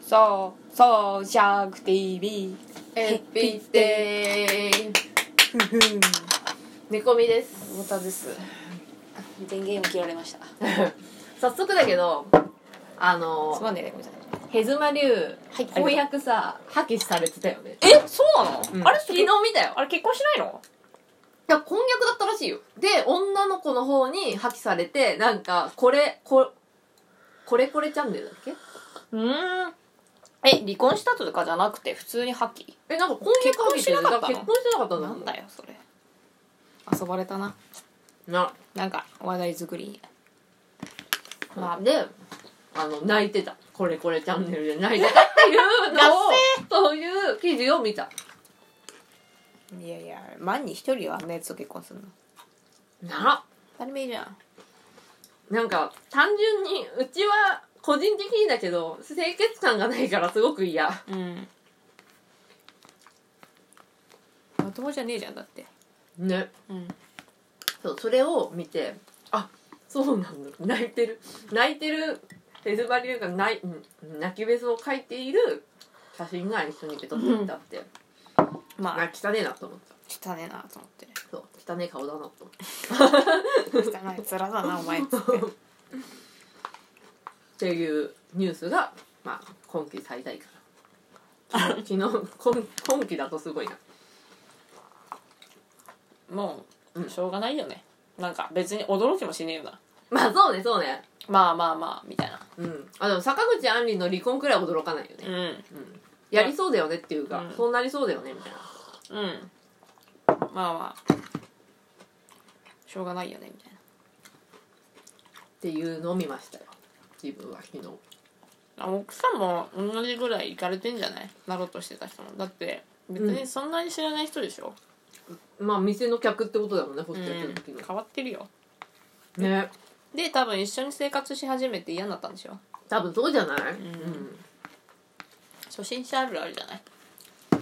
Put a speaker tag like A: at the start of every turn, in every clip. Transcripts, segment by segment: A: そうそうシャーク TV
B: エピデイ
A: ふふん
B: 寝込みです
A: またです電源を切られました
B: 早速だけどあ
A: す
B: の
A: まんねねごめんなさい
B: ヘズマ流
A: はい
B: 婚約さ破棄されてたよね
A: えそうなの、
B: うん
A: あれ
B: 昨日見たよ
A: あれ結婚しないの
B: いや婚約だったらしいよで女の子の方に破棄されてなんかこれここれこれチャンネルだっけ
A: うんえ離婚したとかじゃなくて普通に破棄
B: えなんか婚約破棄
A: 結
B: って
A: 婚してなかったの
B: 結婚してなかったんだ
A: な
B: も
A: んだよそれ遊ばれたな
B: な
A: なんか話題作りにまあ
B: であの泣いてたこれこれチャンネルで泣いてたって いうのをそういう記事を見た
A: いやいや万に一人はあんなやつと結婚するの
B: な
A: 当たり前じゃん
B: なんか単純にうちは個人的にだけど清潔感がないからすごく嫌
A: うんまともじゃねえじゃんだって
B: ね
A: うん
B: そうそれを見てあそうなんだ泣いてる泣いてるフェズバリューがないん泣きべそを描いている写真が一緒に受け取っていたって、
A: まあ
B: あ汚ねえなと思った
A: 汚ねえなと思って
B: そう汚ねえ顔だなと思った
A: 汚い面だなお前っつって
B: っていうニュースが、まあ、今期最大かな昨日昨日今今期だとすごいな
A: も
B: うん
A: うしょうがないよねなんか別に驚きもしねえよな
B: まあそうねそうね
A: まあまあまあみたいな
B: うんあでも坂口杏里の離婚くらいは驚かないよね、
A: ん
B: うんやりそうだよねっていうか、
A: うん
B: そうなりそうだよねみたいな
A: うんまあまあしょうがないよねみたい
B: っていうのを見ましたよ自分は昨日
A: なあ奥さんも同じぐらい行かれてんじゃないなろうとしてた人もだって別にそんなに知らない人でしょ、
B: まあ店の客ってことだもんねホ
A: う
B: ス
A: ん
B: トやってる時の、
A: 変わってるよ
B: ね
A: で多分一緒に生活し始めて嫌になったんでしょ、
B: 多分そうじゃないうん
A: 初心者あるあるじゃない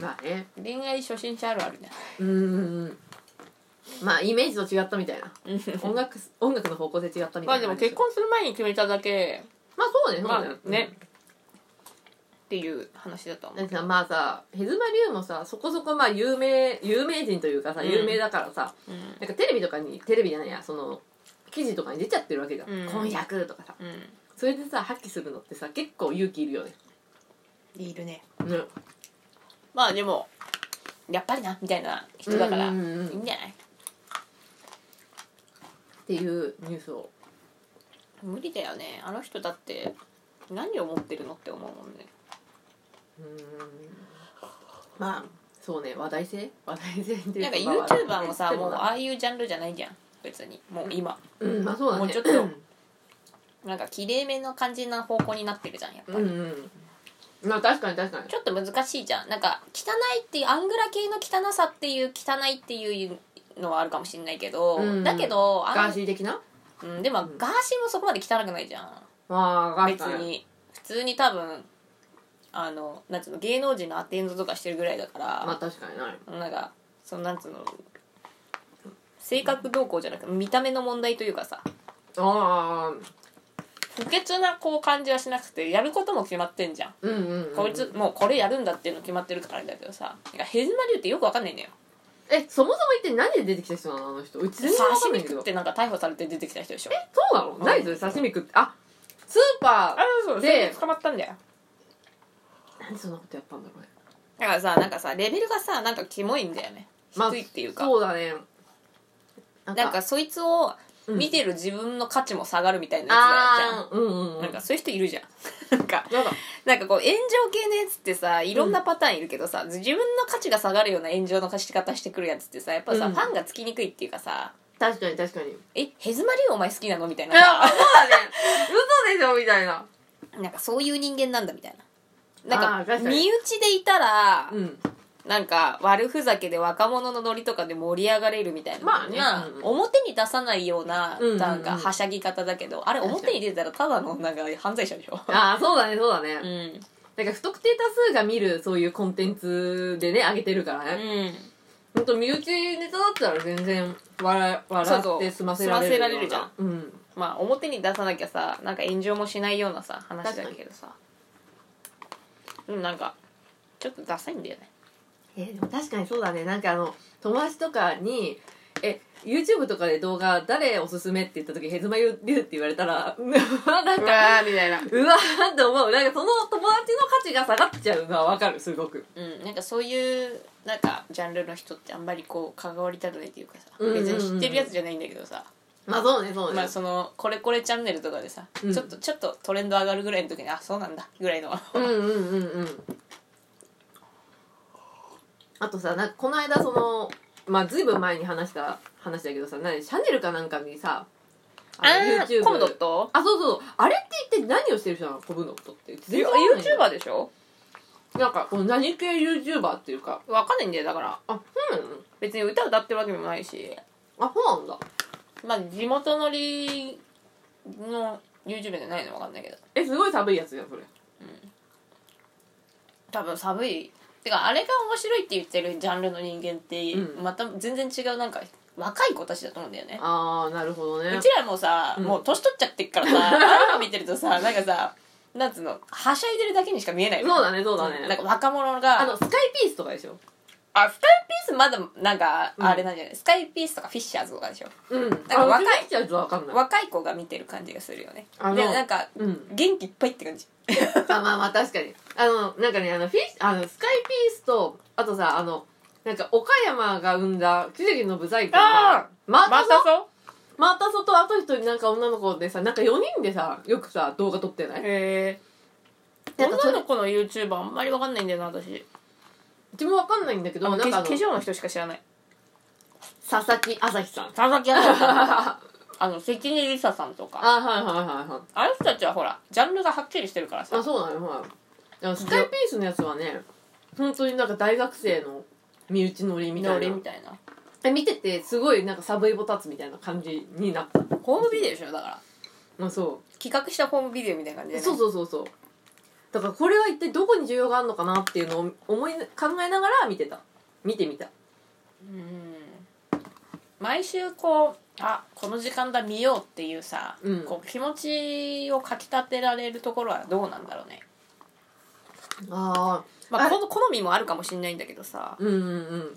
B: まあね
A: 恋愛初心者あるあるじゃ
B: うんまあイメージと違ったみたいな
A: ない
B: 音楽音楽の方向性違ったみ
A: ま
B: た
A: あ
B: い
A: で
B: な
A: も結婚する前に決めただけ
B: まあそうねそうね,、
A: まあねっていう話だと思
B: だ
A: う
B: ってさまあさヘズマリュウもさそこそこまあ有名有名人というかさ
A: うん
B: 有名だからさ、
A: うん
B: なんかテレビとかにテレビじゃないやその記事とかに出ちゃってるわけじゃん、
A: うん
B: 婚約とかさ
A: う
B: それでさ破棄するのってさ結構勇気いるよね
A: んいるね
B: ね
A: まあでもやっぱりなみたいな人だからい
B: うん
A: い
B: うんうんうん
A: んじゃない
B: っていうニュースを
A: 無理だよねあの人だって何を持ってるのって思うもんね
B: うーんまあそうね話題性話題性っていう
A: なんか
B: まあ
A: YouTuber もさ
B: で
A: もう
B: な
A: ああいうジャンルじゃないじゃん別にもう今
B: うんまあそうだね
A: もうちょっとなんかきれいめの感じな方向になってるじゃんやっぱ
B: うんうんまあ確かに確かに
A: ちょっと難しいじゃんなんか汚いっていうアングラ系の汚さっていう汚いっていうのはあるかもしれないけど、
B: うん
A: だけどあん
B: ガーシー的な
A: うん、でもガーシーもそこまで汚くないじゃん
B: まあガーシ
A: 別
B: ー
A: に普通に多分あのなんつうの芸能人のアテンドとかしてるぐらいだか
B: まあ
A: ら、
B: 確かにない
A: なんかそのなんつうの性格動向じゃなく見た目の問題というかさ
B: ああ
A: 不潔なこう感じはしなくてやることも決まってんじゃん、
B: うんうん、うん、
A: こいつもうこれやるんだっていうの決まってるからあれだけどさなんかヘズマ流ってよくわかんないんだよ
B: えそもそも一体何で出てきた人なのあの人うち全然わかん
A: 刺身
B: ないんだ
A: 食
B: けど
A: っ
B: え
A: てなんか逮捕されて出てきた人でしょ
B: そうなの、
A: うん
B: 何それ刺身食ってあスーパ
A: あそうそう
B: で
A: それで捕まったんだよ
B: ーなんでそんなことやったんだろうね
A: だからさなんかさレベルがさなんかキモいんだよね
B: まあ
A: 低いっていうか、
B: そうだねな
A: なんかそいつを見てる自分の価値も下がるみたいなやつだよじゃん
B: ああーうんうんうん
A: なんかそういう人いるじゃん なんか
B: なんか
A: なんかこう炎上系のやつってさいろんなパターンいるけどさ、自分の価値が下がるような炎上の貸し方してくるやつってさやっぱさ、
B: うん
A: ファンがつきにくいっていうかさ
B: 確かに確かに
A: 「えヘズマリュウお前好きなの?」みたい
B: いや、そう
A: な
B: だね。嘘でしょみたいな。
A: なんかそういう人間なんだみたいなな
B: あ
A: ん
B: ー
A: か
B: 確かに
A: 身内でいたら、
B: うん。
A: なんか悪ふざけで若者のノリとかで盛り上がれるみたいな、
B: まあね
A: な
B: うんうん
A: 表に出さないような
B: うんうんうん
A: なんかはしゃぎ方だけど、あれ
B: 確かに
A: 表に出たらただのなんか犯罪者でしょ
B: ああ、そうだね、そうだ
A: う
B: ね。
A: ん、
B: なんか不特定多数が見るそういうコンテンツでね、上げてるから
A: う
B: ね。
A: ん、
B: ほんと、身内ネタだったら全然笑
A: そう
B: 笑
A: そう
B: って済ませられ
A: 済ま
B: るような。
A: せられるじゃん。
B: うん。
A: まあ表に出さなきゃさなんか炎上もしないようなさ話だけどさでもなんかちょっとダサいんだよね
B: えーでも確かにそうだねなんかあの友達とかに「え YouTube とかで動画誰おすすめ?」って言った時「ヘズマユリュウ」って言われたら なん
A: う
B: か
A: わーみたいな
B: うわーって思うなんかその友達の価値が下がっちゃうのはわかるすごく
A: うんなんかそういうなんかジャンルの人ってあんまりこう関わりたくないっていうかさ
B: うんうんうん
A: 別に知ってるやつじゃないんだけどさ
B: まあそうねそうね、
A: まあそのこれこれチャンネルとかでさ
B: うん
A: ちょっとちょっとトレンド上がるぐらいの時にあそうなんだぐらいの
B: うんうんうんうんあとさなんかこの間そのまあずいぶん前に話した話だけどさ何シャネルかなんかにさ
A: あ
B: の
A: ーコムドット
B: あそうそうあれって一体何をしてる人なのコムドットって全然わかんないんだよ
A: YouTuber でしょ
B: なんかこの何系 YouTuber っていうか
A: わかんないんだよだから
B: あそうなの
A: 別に歌歌ってるわけでもないし
B: あそうなんだ
A: まあ地元乗りの YouTuber じゃないのわかんないけど
B: えすごい寒いやつじゃんそれ
A: 多分寒いてかあれが面白いって言ってるジャンルの人間って、
B: うん
A: また全然違うなんか若い子たちだと思うんだよね
B: ああなるほどね
A: うちらもさ、
B: うん
A: もう年取っちゃってっ からさああ見てるとさなんかさなんつうのはしゃいでるだけにしか見えない
B: そうだねそうだね、
A: なんか若者が
B: あのスカイピースとかでしょ
A: あスカイピースまだなんか
B: うん
A: あれなんじゃない、スカイピースとかフィッシャーズとかでしょ
B: うんなん
A: か若い
B: ちゃうとわかんない
A: 若い子が見てる感じがするよね
B: あの
A: でなんか
B: うん
A: 元気いっぱいって感じ
B: あまあまあ確かにあのなんかねあのフィッシュあのスカイピースとあとさあのなんか岡山が生んだ奇跡のブザイクが
A: あ
B: またそ
A: そう
B: またそとあと一人なんか女の子でさなんか4人でさよくさ動画撮ってない
A: へえ
B: なんかそれ
A: 女の子の YouTuber あんまりわかんないんだよな私
B: うちもわかんないんだけど
A: あ
B: な
A: の化
B: んかあの
A: 化粧の人しか知らない
B: 佐々木朝日さん
A: 佐々木彩さんとか
B: あ
A: あの関根梨沙さんとか
B: はいはいはいはい
A: あの人たちはほらジャンルがはっきりしてるから
B: あ
A: さ
B: そうなのほらスカイピースのやつはね本当になんか大学生の身内乗りみた
A: ノ
B: い
A: リ
B: な
A: みたいな
B: え見ててすごいなんかサブイボ立つみたいな感じになった
A: ホームビデオでしょだから
B: あそう
A: 企画したホームビデオみたいな感じで、ね、
B: そうそうそうそうだからこれは一体どこに需要があるのかなっていうのを思い考えながら見てた見てみた
A: うん毎週こうあこの時間だ見ようっていうさ、
B: うん
A: こう気持ちをかきたてられるところはどうなんだろうね、
B: ああ
A: まあ、
B: あれ
A: この好みもあるかもしんないんだけどさ
B: うんうん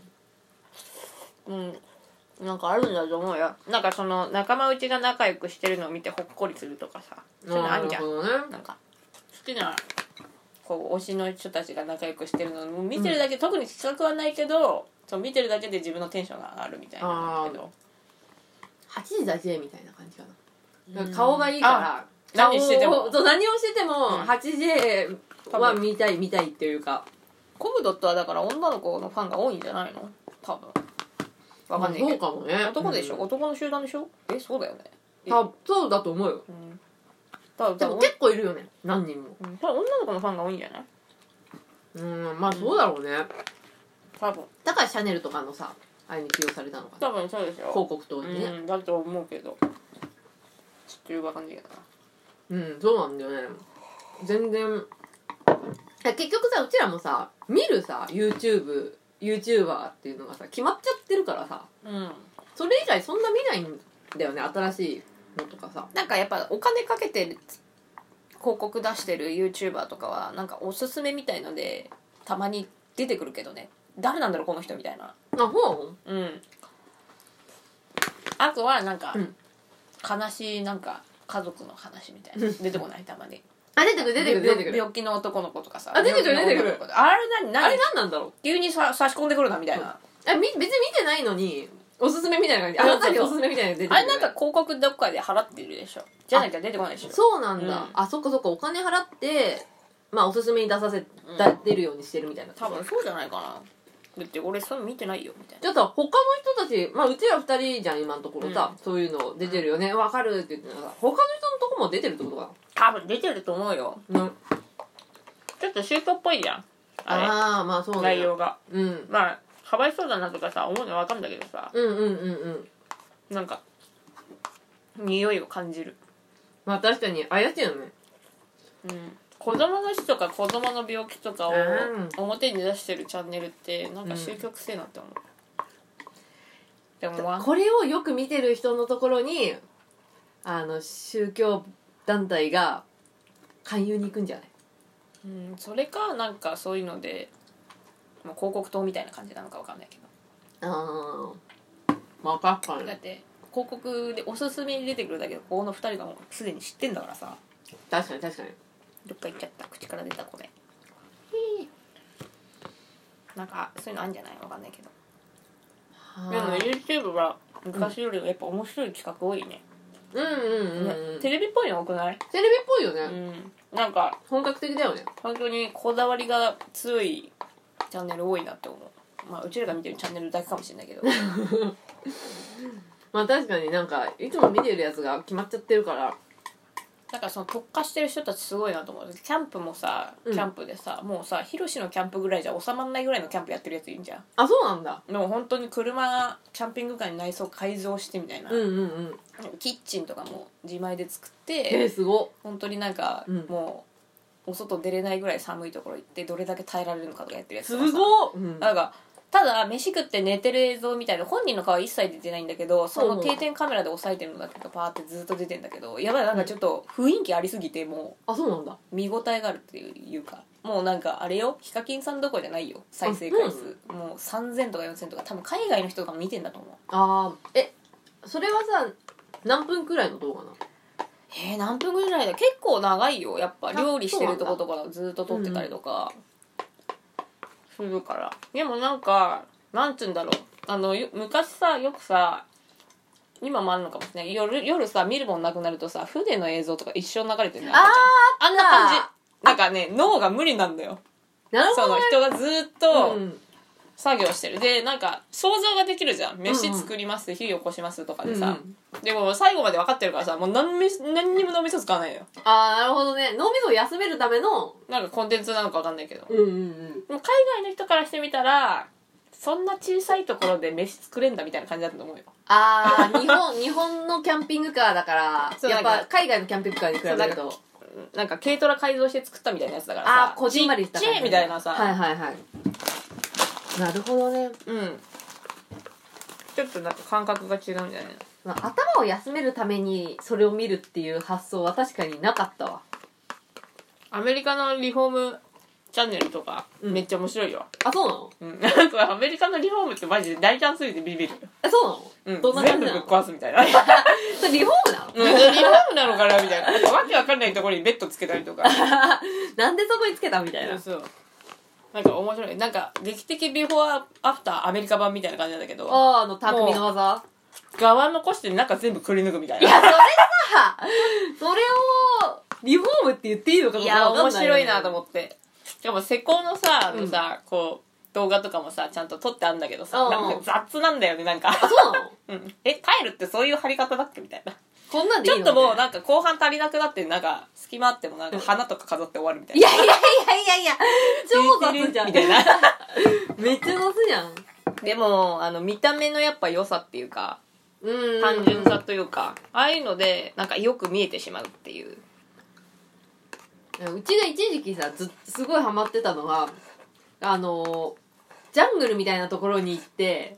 B: うん
A: うんなんかあるんだと思うよなんかその仲間内が仲良くしてるのを見てほっこりするとかさそういうのあるじゃん
B: どね
A: なんか好きなこう推しの人たちが仲良くしてるのを見てるだけ、特に企画はないけどそう見てるだけで自分のテンションが上がるみたいなんだけど
B: 8時だけみたいな感じかななんか顔がいいから
A: あ何してても
B: 顔をそう何をしてても
A: うん
B: 8時は
A: 多分
B: 見たい見たいっていうか
A: コムドットはだから女の子のファンが多いんじゃないの多分わかんない
B: そ
A: け
B: う
A: ど
B: かもね
A: 男でしょ、
B: うん
A: 男の集団でしょえそうだよね
B: たそうだと思うよ
A: うん多分
B: で
A: 多
B: も
A: 分
B: 結構いるよね何人も
A: うん多分女の子のファンが多いんじゃない
B: うんまあそうだろうね
A: 多分
B: だからシャネルとかのさあれに起用されたのかな
A: 多分そうでしょ
B: 広告塔にね
A: うん、だと思うけどちょっとよくわかんないけどな
B: うんそうなんだよね全然いや結局さうちらもさ見るさ YouTubeYouTuber っていうのがさ決まっちゃってるからさ
A: うん
B: それ以外そんな見ないんだよね新しいのとかさ
A: なんかやっぱお金かけてる広告出してる YouTuber とかはなんかおすすめみたいのでたまに出てくるけどね誰なんだろうこの人みたいな
B: あほ
A: うんあとはなんか、
B: うん
A: 悲しいなんか家族の話みたいな出てこないたまに
B: あ出てくる出てくる出てく
A: 病
B: る
A: 病気の男の子とかさ
B: あ出てくる
A: 病気の
B: 出
A: 女の
B: てく
A: 子とかあれ何
B: あ
A: 何
B: れ何なんだろう
A: 急にさ差し込んでくるなみたいな、
B: あみ別に見てないのにおすすめみたいな感じあ
A: そう
B: な
A: そうそう
B: たにおすすめみたいなの出てく
A: あれ
B: る
A: なんか広告どっかで払ってるでしょじゃなきゃ出てこないでしょ
B: そうなんだ、
A: うん
B: あそっかそっかお金払ってまあおすすめに出させ、
A: うん
B: だ出るようにしてるみたいな
A: 多分そうじゃないかなだって俺そういうの見てないよみたいな
B: ちょっと他の人たち、まあ、うちら二人じゃん今のところさ、そういうの出てるよねわかるって言ってたら他の人のとこも出てるってことか
A: 多分出てると思うよ
B: な、うん、
A: ちょっと宗教っぽいじゃんあれ
B: ああまあそうね
A: 内容が
B: うん、
A: まあかわいそうだなとかさ思うのわかんだけどさ
B: うんうんうんうん
A: なんか匂いを感じる、
B: まあ確かに怪しいよね
A: うん、子供の死とか子供の病気とかを
B: うん
A: 表に出してるチャンネルってなんか宗教臭いなって思う、でもまあ
B: これをよく見てる人のところにあの宗教団体が勧誘に行くんじゃない
A: うん、それかなんかそういうので、まあ、広告塔みたいな感じなのかわかんないけど
B: あーまあ確か
A: だっ
B: に
A: て広告でおすすめに出てくるだけでここの2人がもうすでに知ってんだからさ
B: 確かに確かに
A: どっか行っちゃった口から出たこれなんかそういうのあるんじゃないわかんないけどでも YouTube は昔よりやっぱ面白い企画多いね、
B: うんうんうん、うん、
A: テ
B: テレ
A: レビっぽいの多くない、
B: ビっぽいよね、
A: うん、なんか
B: 本格的だよね
A: 本当にこだわりが強いチャンネル多いなって思うまあうちらが見てるチャンネルだけかもしれないけ ど
B: まあ確かになんかいつも見てるやつが決まっちゃってるから
A: なんかその特化してる人たちすごいなと思うキャンプもさキ
B: うん
A: ャンプでさ、もうさヒロシのキャンプぐらいじゃ収まんないぐらいのキャンプやってるやついるじゃん
B: あそうなんだ
A: でも本当に車キャンピングカーに内装改造してみたいな、
B: うんうんうん
A: キッチンとかも自前で作っ
B: えー、
A: て
B: すご
A: 本当になんか
B: うん
A: もうお外出れないぐらい寒いところ行ってどれだけ耐えられるのかとかやってるやつ
B: す
A: とかさ
B: ごっ、うん、
A: なんかただ飯食って寝てる映像みたいな本人の顔は一切出てないんだけどその定点カメラで押さえてるのだけがパーってずっと出てんだけどやばいなんかちょっと雰囲気ありすぎても
B: あそうなんだ
A: う見応えがあるっていうかもうなんかあれよヒカキンさんどころじゃないよ再生回数もう3000とか4000とか多分海外の人とかも見てんだと思う
B: あーえそれはさ何分くらいの動画なの
A: えー、何分ぐらいだ結構長いよやっぱ
B: あ
A: 料理してるとことかずっと撮ってたりとかするからでもなんかなんつうんだろうあのよ昔さよくさ今もあるのかもしれない夜夜さ見るもんなくなるとさ船の映像とか一生流れてるのよ赤ちゃんあんな感じなんかね脳が無理なんだよ
B: なる
A: そ
B: ほど
A: の
B: ね
A: 人がずっと
B: うん
A: 作業してるでなんか想像ができるじゃん飯作ります火起こしますとかでさ、
B: うん
A: でも最後まで分かってるからさもう何み何にも脳みそ使わないのよ
B: ああなるほどね脳みそを休めるための
A: なんかコンテンツなのか分かんないけどで
B: うんうん
A: も海外の人からしてみたらそんな小さいところで飯作れんだみたいな感じだったと思うよ
B: ああ日本 日本のキャンピングカーだから
A: そう
B: やっ
A: なん
B: ぱ
A: か
B: 海外のキャンピングカーに比べる
A: そう
B: と
A: なんか軽トラ改造して作ったみたいなやつだからさ
B: ああこじんまりした
A: ちっちゃいみたいなさ、
B: はいはいはいなるほどね、
A: うんちょっとなんか感覚が違うんじゃないの
B: まあ、頭を休めるためにそれを見るっていう発想は確かになかったわ
A: アメリカのリフォームチャンネルとか
B: うん
A: めっちゃ面白いよ、
B: あそうなの
A: うん、 なんかアメリカのリフォームってマジで大胆すぎてビビる、
B: えそ
A: う
B: うなの、
A: ん、
B: どんな
A: 全
B: 感
A: 部
B: じ
A: ぶっ
B: なの
A: 壊すみたいな
B: それリフォームなの、
A: うん、リフォームなのかなみたいななんかわけわかんないところにベッドつけたりとか
B: なんでそこにつけたみたいな
A: そうなんか面白いなんか劇的ビフォーアフターアメリカ版みたいな感じなんだけど
B: あーあの匠の技
A: 側残して中全部くり抜くみたい
B: い
A: な
B: やそれさそれをリフォームって言っていいのか
A: いや面白いなと
B: って
A: 思ってしかも施工のさあ
B: うん
A: のさ、こう動画とかもさちゃんと撮ってあんだけど
B: う
A: さ
B: ん
A: なんか雑なんだよねなん
B: あ
A: か、
B: そうなの
A: うん、えタイルってそういう貼り方だっけみたいな
B: こんなんで
A: ち
B: いい
A: ょっと
B: の
A: もう
B: みたいな
A: なんか後半足りなくなってなんか隙間あってもなんか花とか飾って終わるみたい
B: い
A: な
B: やいやいやいやいや超雑じゃん
A: みたいな
B: めっちゃ雑じゃん
A: でもあの見た目のやっぱ良さっていうか
B: うん
A: 単純さというか、ああいうのでなんかよく見えてしまうっていう
B: うちが一時期さずすごいハマってたのがあのジャングルみたいなところに行って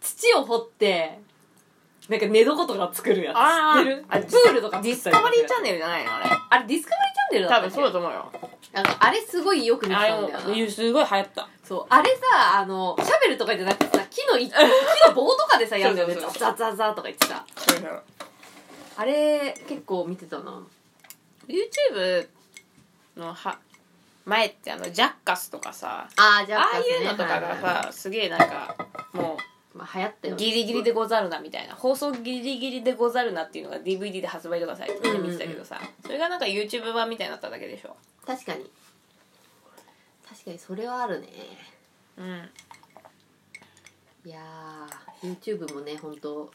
B: 土を掘ってなんか寝床とか作るやつ
A: あー
B: 知ってる
A: あ
B: プールとか
A: ディ
B: 作
A: スカ
B: ったり
A: バリーチャン
B: ネ
A: ネル
B: ル
A: じゃないのあれ
B: あれディスカバリーチャンネル
A: 多
B: だった
A: 分
B: っけ
A: そうだと思うよ
B: なんかあれすごいよく見て
A: あ
B: たんだよな
A: れもすごい流行った
B: そうあれさあのシャベルとかじゃなくてさ木 のい木の棒とかでさやるんだよね
A: そうそ
B: ザ
A: うそう
B: ザザザとか言ってさあれ結構見てたな
A: YouTube のは前ってあのジャッカスとかさ
B: ああじ
A: ああいうのとかがさすげえなんかも
B: まあ、流行ったよ
A: う
B: ね
A: ギリギリでござるなみたいな放送ギリギリでござるなっていうのが DVD で発売とかされて見てたけどさそれがなんか YouTube 版みたいになっただけでしょ
B: 確かに確かにそれはあるね
A: うん
B: いやー YouTube もね本当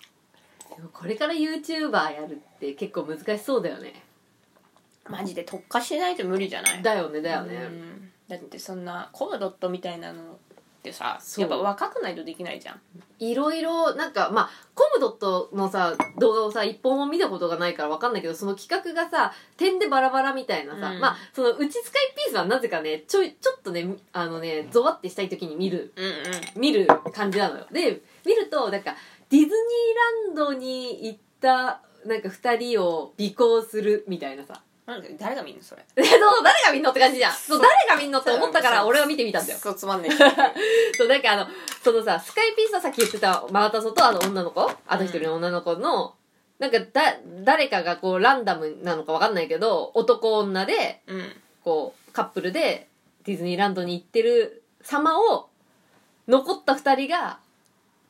B: でもこれから YouTuber やるって結構難しそうだよね
A: マジで特化しないと無理じゃない
B: だよねだよね、
A: うんだってそんなコムドットみたいなのってさ
B: そう
A: やっぱ若くないとできないじゃん
B: いろいろなんかまあコムドットのさ動画をさ一本も見たことがないからわかんないけどその企画がさ点でバラバラみたいなさ、
A: うん
B: まあそのうちスカイピースはなぜかねちょいちょっとねあのねゾワってしたい時に見る
A: うんうん
B: 見る感じなのよで見るとなんかディズニーランドに行ったなんか2人を尾行するみたいなさ
A: なんだよ誰が見んのそれ
B: えそう誰が見んのって感じじゃんそう誰が見んのって思ったから俺は見てみたんだよ
A: そうつまんね
B: そうなんかあのそのさスカイピースのさっき言ってたマータソとあの女の子あの一人の女の子の、なんかだ誰かがこうランダムなのかわかんないけど男女で
A: えうん
B: こ うカップルでディズニーランドに行ってる様を残った二人が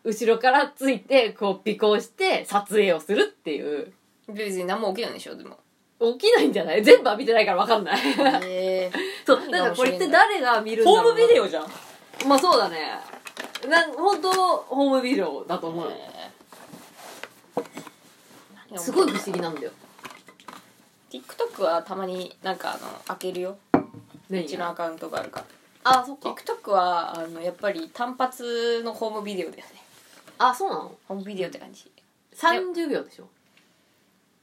B: 後ろからついてこう尾行して撮影をするっていう
A: 別に何も起きないでしょでも
B: 起きないんじゃない全部は見てないからわかんない
A: え
B: そうなんかこれって誰が見るんだろうな
A: オじゃん
B: まあそうだねなん本当ホームビデオだと思う、すごい不思議なんだよ
A: TikTok はたまになんかあの開けるよう
B: 何
A: ちのアカウントがあるか
B: あそっ
A: ら
B: か
A: TikTok はあのやっぱり単発のホームビデオだよね
B: あそうなの
A: ホームビデオって感じ
B: 30秒でしょ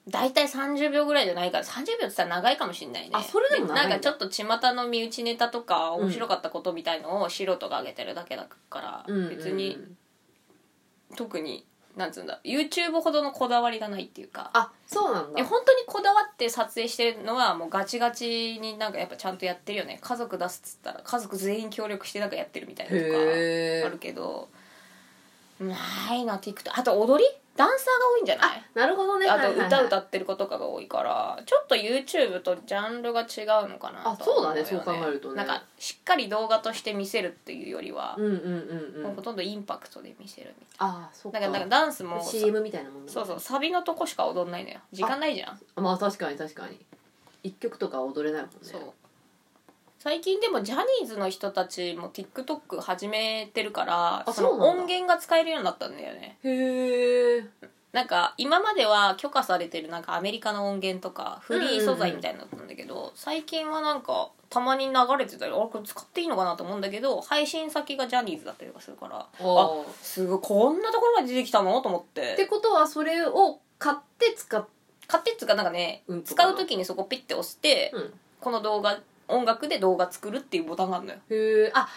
A: 大体30秒ぐらいじゃないから30秒って言ったら長いかもしんないね
B: あそれでも長いんだ
A: なんかちょっと巷の身内ネタとか面白かったことみたいのを素人が上げてるだけだから、
B: うん
A: 別に特になんつうんだ YouTube ほどのこだわりがないっていうか
B: あそうなん
A: いや
B: だ
A: 本当にこだわって撮影してるのはもうガチガチになんかやっぱちゃんとやってるよね家族出すっつったら家族全員協力してなんかやってるみたいなとか
B: へ
A: あ
B: ー
A: るけどないな TikTok あと踊りダンサーが多いんじゃない
B: なるほどね
A: あ
B: はいはいは
A: と
B: い
A: 歌歌ってる子とかが多いからちょっと YouTube とジャンルが違うのかな
B: あ
A: とは思よ
B: そうだねそう考えるとね
A: なんかしっかり動画として見せるっていうよりは
B: う、んうんうんう
A: もうほ
B: ん
A: とんどインパクトで見せるみ
B: あそったか
A: いななんかなんかダンスも
B: CM みたいなもんだ
A: そうそうサビのとこしか踊んないのよ時間ないじゃん、
B: まあ確かに確かに一曲とかは踊れないもんね
A: そう最近でもジャニーズの人たちも TikTok 始めてるから
B: あ
A: その
B: そうなんだ
A: 音源が使えるようになったんだよね
B: へえ
A: なんか今までは許可されてるなんかアメリカの音源とかフリー素材みたいなのだったんだけど、最近はなんかたまに流れてたりあこれ使っていいのかなと思うんだけど配信先がジャニーズだったりとかするからあ
B: っ
A: すごいこんなところまで出てきたのと思って
B: てことはそれを買って使っ
A: 買ってっつうかなんかね、
B: うん
A: 使う時にそこピッて押して、
B: うん
A: この動画音楽で動画作るっていうボタンがあるのよ
B: へえあ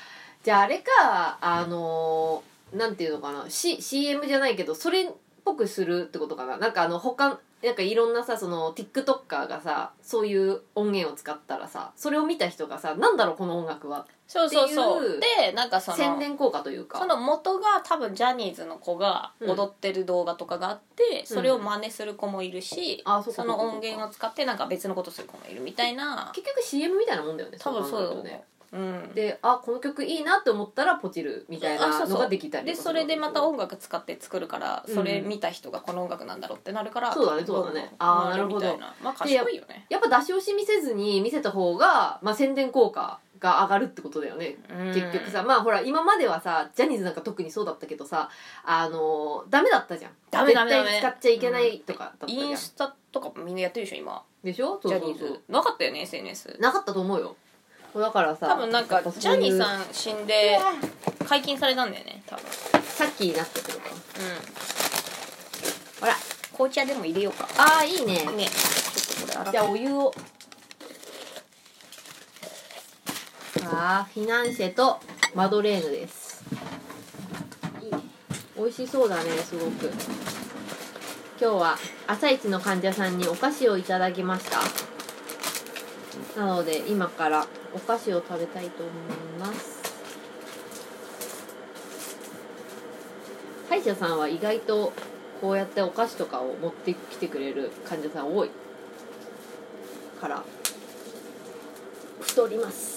B: じゃああれかあのーなんていうのかな、C、CM じゃないけどそれっぽくするってことかななんかあの他なんかいろんなさその TikToker がさそういう音源を使ったらさそれを見た人がさなんだろうこの音楽は
A: そうそうそ
B: っていうう
A: でなんかその
B: 宣伝効果というか
A: その元が多分ジャニーズの子が
B: うん
A: 踊ってる動画とかがあって、それを真似する子もいるし、
B: あそっか
A: そ
B: そっ
A: の
B: かそっか
A: 音源を使ってなんか別のことする子もいるみたいな
B: 結局 CM みたいなもんだよね
A: 多分そうだ
B: 考
A: と
B: えるとね
A: ねうん
B: であこの曲いいなって思ったらポチるみたい
A: あそ
B: な
A: うそう
B: のができたり
A: で
B: とか
A: それでまた音楽使って作るから
B: うん
A: それ見た人がこの音楽なんだろうってなるから
B: そうだねそうだね
A: どんどん
B: あーなるほど
A: 回みたいなまあ賢いよね
B: やっぱ出し惜しみせずに見せた方が、まあ、宣伝効果が上がるってことだよね結局
A: うん
B: さまあほら今まではさジャニーズなんか特にそうだったけどさあのダメだったじゃん
A: ダメダメダメ
B: 絶対使っちゃいけないとかだったじゃん、
A: インスタとかもみんなやってるでしょ今
B: でしょそ
A: ジャ
B: うそうそう
A: ニーズなかったよね SNS
B: なかったと思うよだからさ
A: 多分なん
B: や
A: か
B: っぱそう
A: ジャニー
B: いう
A: さん死んで解禁されたんだよね多分
B: さっきになってくるから
A: うん
B: ほら
A: 紅茶でも入れようか
B: ああいいね
A: ねちょっとこれ洗っ
B: じゃあお湯をああフィナンシェとマドレーヌですいいね美味しそうだねすごく今日は朝一の患者さんにお菓子をいただきましたなので今からお菓子を食べたいと思います歯医者さんは意外とこうやってお菓子とかを持ってきてくれる患者さん多いから太ります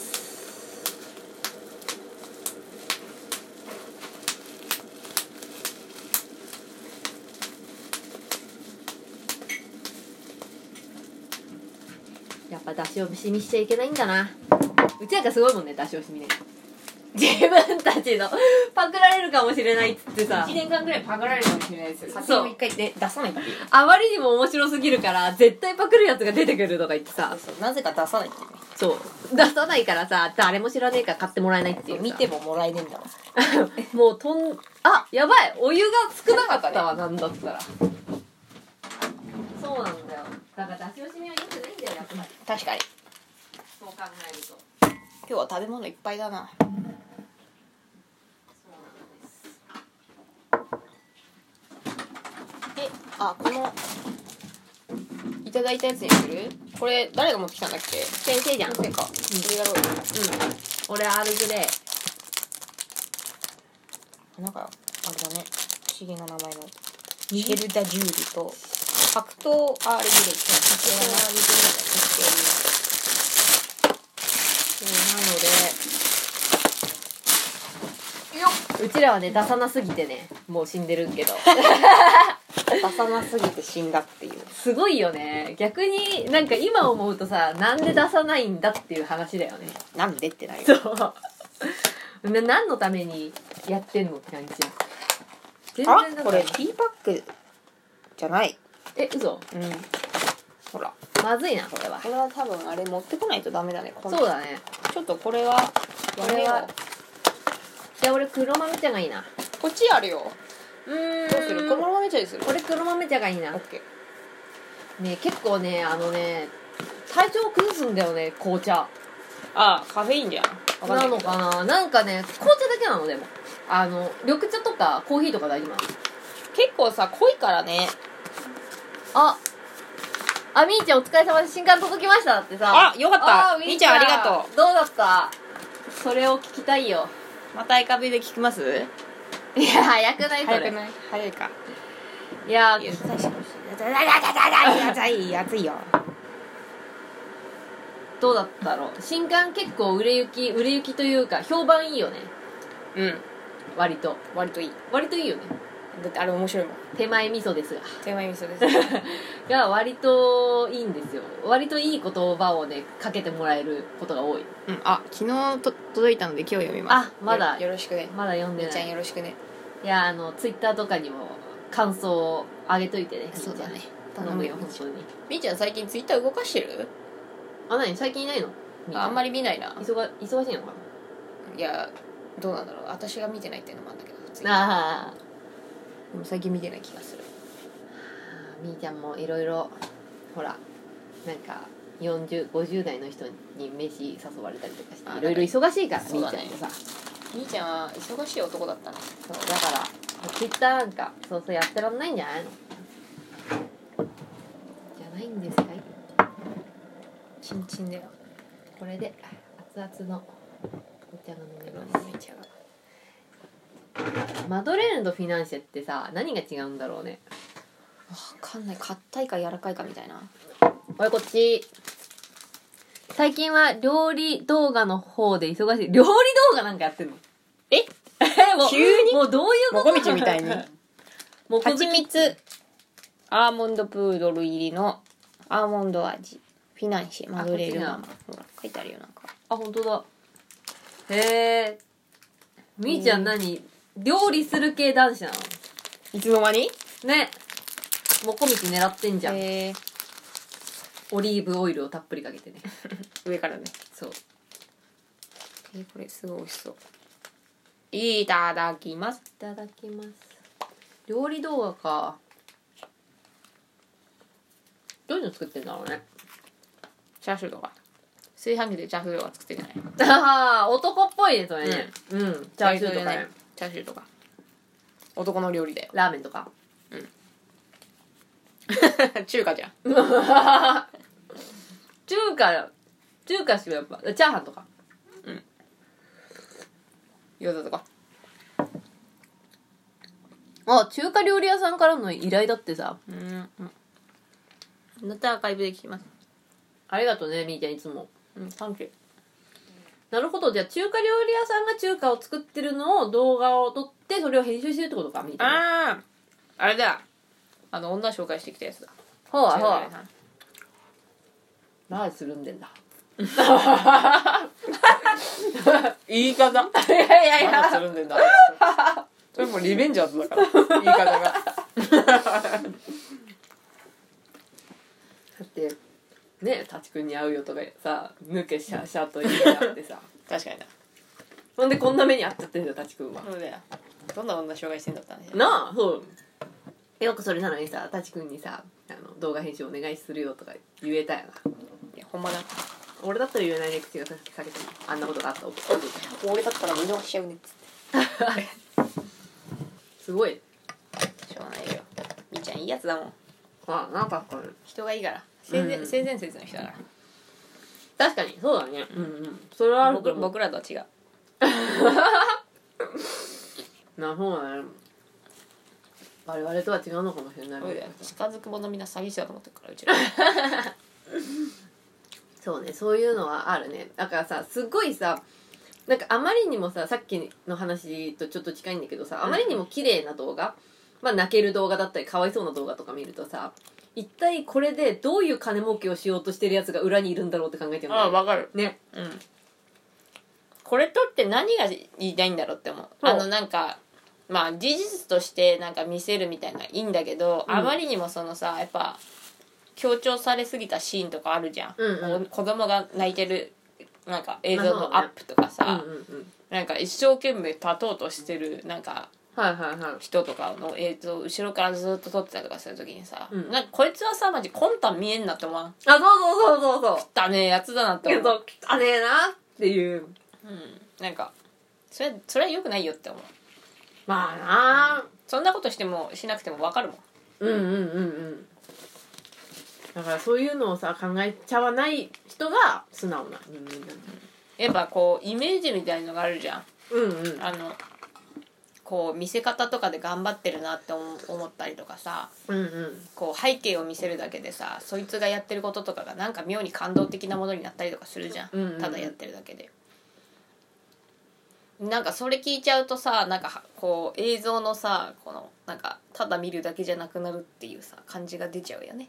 B: やっぱ出し惜しみしちゃいけないんだなうちなんかすごいもんね出し惜しみね自分たちのパクられるかもしれないっつってさ
A: 1年間ぐらいパクられるかもしれないですよ
B: そう
A: 先を一回で出さないっていう
B: あまりにも面白すぎるから絶対パクるやつが出てくるとか言ってさ
A: なぜか出さないっていうね
B: そう出さないからさ誰も知らねえから買ってもらえないっていう さ
A: 見てももらえねえんだわ
B: もうとんあやばいお湯が少なかったわなんだったらそうなんだよだから出し惜しみは良くないんだよやっぱり
A: 確かに
B: そう考えると
A: 今日は食べ物いっぱいだな
B: そうなんです
A: えあこのいただいたやつにするこれ誰が持ってきたんだっけ
B: 先生じゃん
A: 先生か、それやろうよ
B: 俺アールグレー
A: なんかあれだね不思議な名前のシェルダジュールと白桃アールグレー
B: 白桃アールグレ
A: なの
B: なのでうちらはね出さなすぎてねもう死んでるけど
A: でよっ出さなすぎて死んだっていう
B: すごいよね逆になんか今思うとさなんで出さないんだっていう話だよね
A: なんでってなるよ
B: そう な何のためにやってんのって感じじゃん
A: あ
B: 全然なんか
A: これティーパックじゃない
B: え嘘
A: うんほら
B: まずいなこれは
A: これは多分あれ持ってこないとダメだねこの
B: そうだね
A: ちょっとこれは
B: こ
A: や
B: れ
A: め
B: は
A: よ
B: じゃあ俺黒豆茶がいいな
A: うこっちあるよ
B: うーん
A: どうするこのままめちゃにする
B: 俺黒豆茶がいいな
A: オッケー
B: ね結構ねあのね体調崩すんだよね紅茶
A: ああカフェインじゃんわかん
B: ない
A: け
B: の
A: ど
B: かななんかね紅茶だけなのでもあの緑茶とかコーヒーとか大丈夫なの
A: 結構さ濃いからね
B: ああみーちゃんお疲れ様です新刊届きましたってさ
A: あよかった
B: あ
A: みーちゃんありがと
B: うどうだったそれを聞きたいよ
A: またエカビで聞きます
B: いや早くないそれ
A: 早くない早いか
B: いや
A: いや最初熱い熱いよ
B: どうだったろう新刊結構売れ行き売れ行きというか評判いいよね
A: うん
B: 割と
A: 割といい
B: 割といいよね
A: だってあれ面白いもん
B: 手前味噌ですが
A: 手前味噌 です
B: が割といいんですよ割といい言葉をねかけてもらえることが多い
A: うんあ昨日と届いたので今日読みます
B: あまだ
A: よよろしくね
B: まだ読ん
A: み
B: で
A: ー
B: な
A: ちゃん
B: い
A: よろしくね
B: いやあのツイッターとかにも感想をあげといてね
A: そうだね
B: 頼むよ本当に
A: みーちゃん最近ツイッター動かしてる
B: あ何最近いないの
A: ああんま
B: り
A: り見ないな
B: 忙忙しいのか
A: いやどうなんだろう私が見てないっていうのもあるんだけど普通に
B: なあ
A: でも最近見てない気がする
B: あみーちゃんもいろいろほらなんか4050代の人に飯誘われたりとかして
A: あ
B: いろいろ忙しいからみ
A: そう
B: ー
A: だ
B: ち
A: ね
B: ゃんもさ
A: みーちゃんは忙しい男だったね
B: そうだからツイッターなんかそうそうやってらんないんじゃないのじゃないんですかい
A: チンチンだよ
B: これで熱々のお茶が飲めま
A: みーちゃんが
B: すマドレーヌとフィナンシェってさ何が違うんだろうね
A: わかんない硬いか柔らかいかみたいな
B: おいこっち最近は料理動画の方で忙しい料理動画なんかやってんの
A: え
B: もう
A: 急に
B: もうどういうこと
A: もこみちみた いに
B: もこ
A: 蜂蜜アーモンドプードル入りのアーモンド味フィナンシェマドレーヌマ
B: あこ
A: マほら書いてあるよなんか
B: あ本当だへえみーちゃん何、料理する系男子なの
A: いつの間に
B: ねもこみち狙ってんじゃん、
A: え
B: オリーブオイルをたっぷりかけてね
A: ー、上からね
B: そう
A: えー、これすごい美味しそういただきます
B: いただきます料理動画かどういうの作ってんだろうね
A: チャーシューとか炊飯器でチャーシューとか作ってんじゃない
B: ああ男っぽいねそれねうん、チャーシューと
A: 意
B: か
A: 外
B: ね
A: チャーシューとか男の料理だよ
B: ラーメンとか
A: 中華じゃん
B: 中華中華しかやっぱチャーハンとか
A: 餃子とか
B: あ中華料理屋さんからの依頼だってさ
A: うんまたアーカイブで聞きます
B: ありがとうねみーちゃんいつも
A: うんサンキュー
B: なるほどじゃあ中華料理屋さんが中華を作ってるのを動画を撮ってそれを編集してるってことかみーちゃん
A: あああれだあの女紹介してきたやつだ
B: ほう
A: 違う
B: ほう
A: よな
B: 何するんでんだ
A: 言い方ま
B: いやいやい
A: だつ
B: や
A: るんでんだそれもうリベンジャーズだから言い方が
B: だってねタチ君に会うよとかさ抜けシャーシャーと言い合って さ
A: 確かにな
B: ほんでこんな目に遭っちゃってるんだよタチ君は
A: そうだよどんな女紹介してんだったんね
B: なあそうよくそれなのにさタチ君にさあの動画編集お願いするよとか言えたよない
A: やほんまだ
B: 俺だったら言えないね口がかけてもあんなことがあった
A: 俺だったら無料しちゃうねっつ
B: すごい
A: ってしょうがないよみーちゃんいいやつだもん
B: あなんかこれ
A: 人がいいから性善
B: うん
A: 性善説の人だか
B: 確かにそうだねうんうんそれはあ
A: ら
B: ると
A: 僕
B: 思う
A: 僕らとは違う
B: なそうだね我々とは違うのかもしれないもんね
A: 近づくものみんな詐欺師だと思ってるからうちら
B: そうねそういうのはあるねだからさすごいさなんかあまりにもささっきの話とちょっと近いんだけどさあまりにも綺麗な動画、まあ泣ける動画だったりかわいそうな動画とか見るとさ一体これでどういう金儲けをしようとしてるやつが裏にいるんだろうって考えてるんだ
A: ああ
B: よね
A: わかる
B: ね
A: うんこれとって何が言いたいんだろうって思う
B: そう
A: あのなんかまあ事実としてなんか見せるみたいなのはいいんだけど、
B: うん
A: あまりにもそのさやっぱ強調されすぎたシーンとかあるじゃん、
B: うんうん
A: お子供が泣いてるなんか映像のアップとかさ、
B: うんうんうん
A: なんか一生懸命立とうとしてるなんか
B: はいはいはい
A: 人とかの映像を後ろからずっと撮ってたりとかするときにさ、
B: うん
A: なんかこいつはさマジ魂胆見えんなって思わん
B: あそうそうそうそうそう
A: だねえやつだなって
B: け
A: 思う、
B: ど汚ねえなっていう
A: うん、なんかそれそれは良くないよって思う
B: まあなあ
A: そんなことしてもしなくても分かるもん
B: うんうんうんうんだからそういうのをさ考えちゃわない人が素直な人間なんだ
A: やっぱこうイメージみたいのがあるじゃん
B: うんうん
A: あのこう見せ方とかで頑張ってるなって思思ったりとかさ
B: うんうん
A: こう背景を見せるだけでさそいつがやってることとかがなんか妙に感動的なものになったりとかするじゃん、
B: うんうんうん
A: ただやってるだけでなんかそれ聞いちゃうとさなんかはこう映像のさこのなんかただ見るだけじゃなくなるっていうさ感じが出ちゃうよね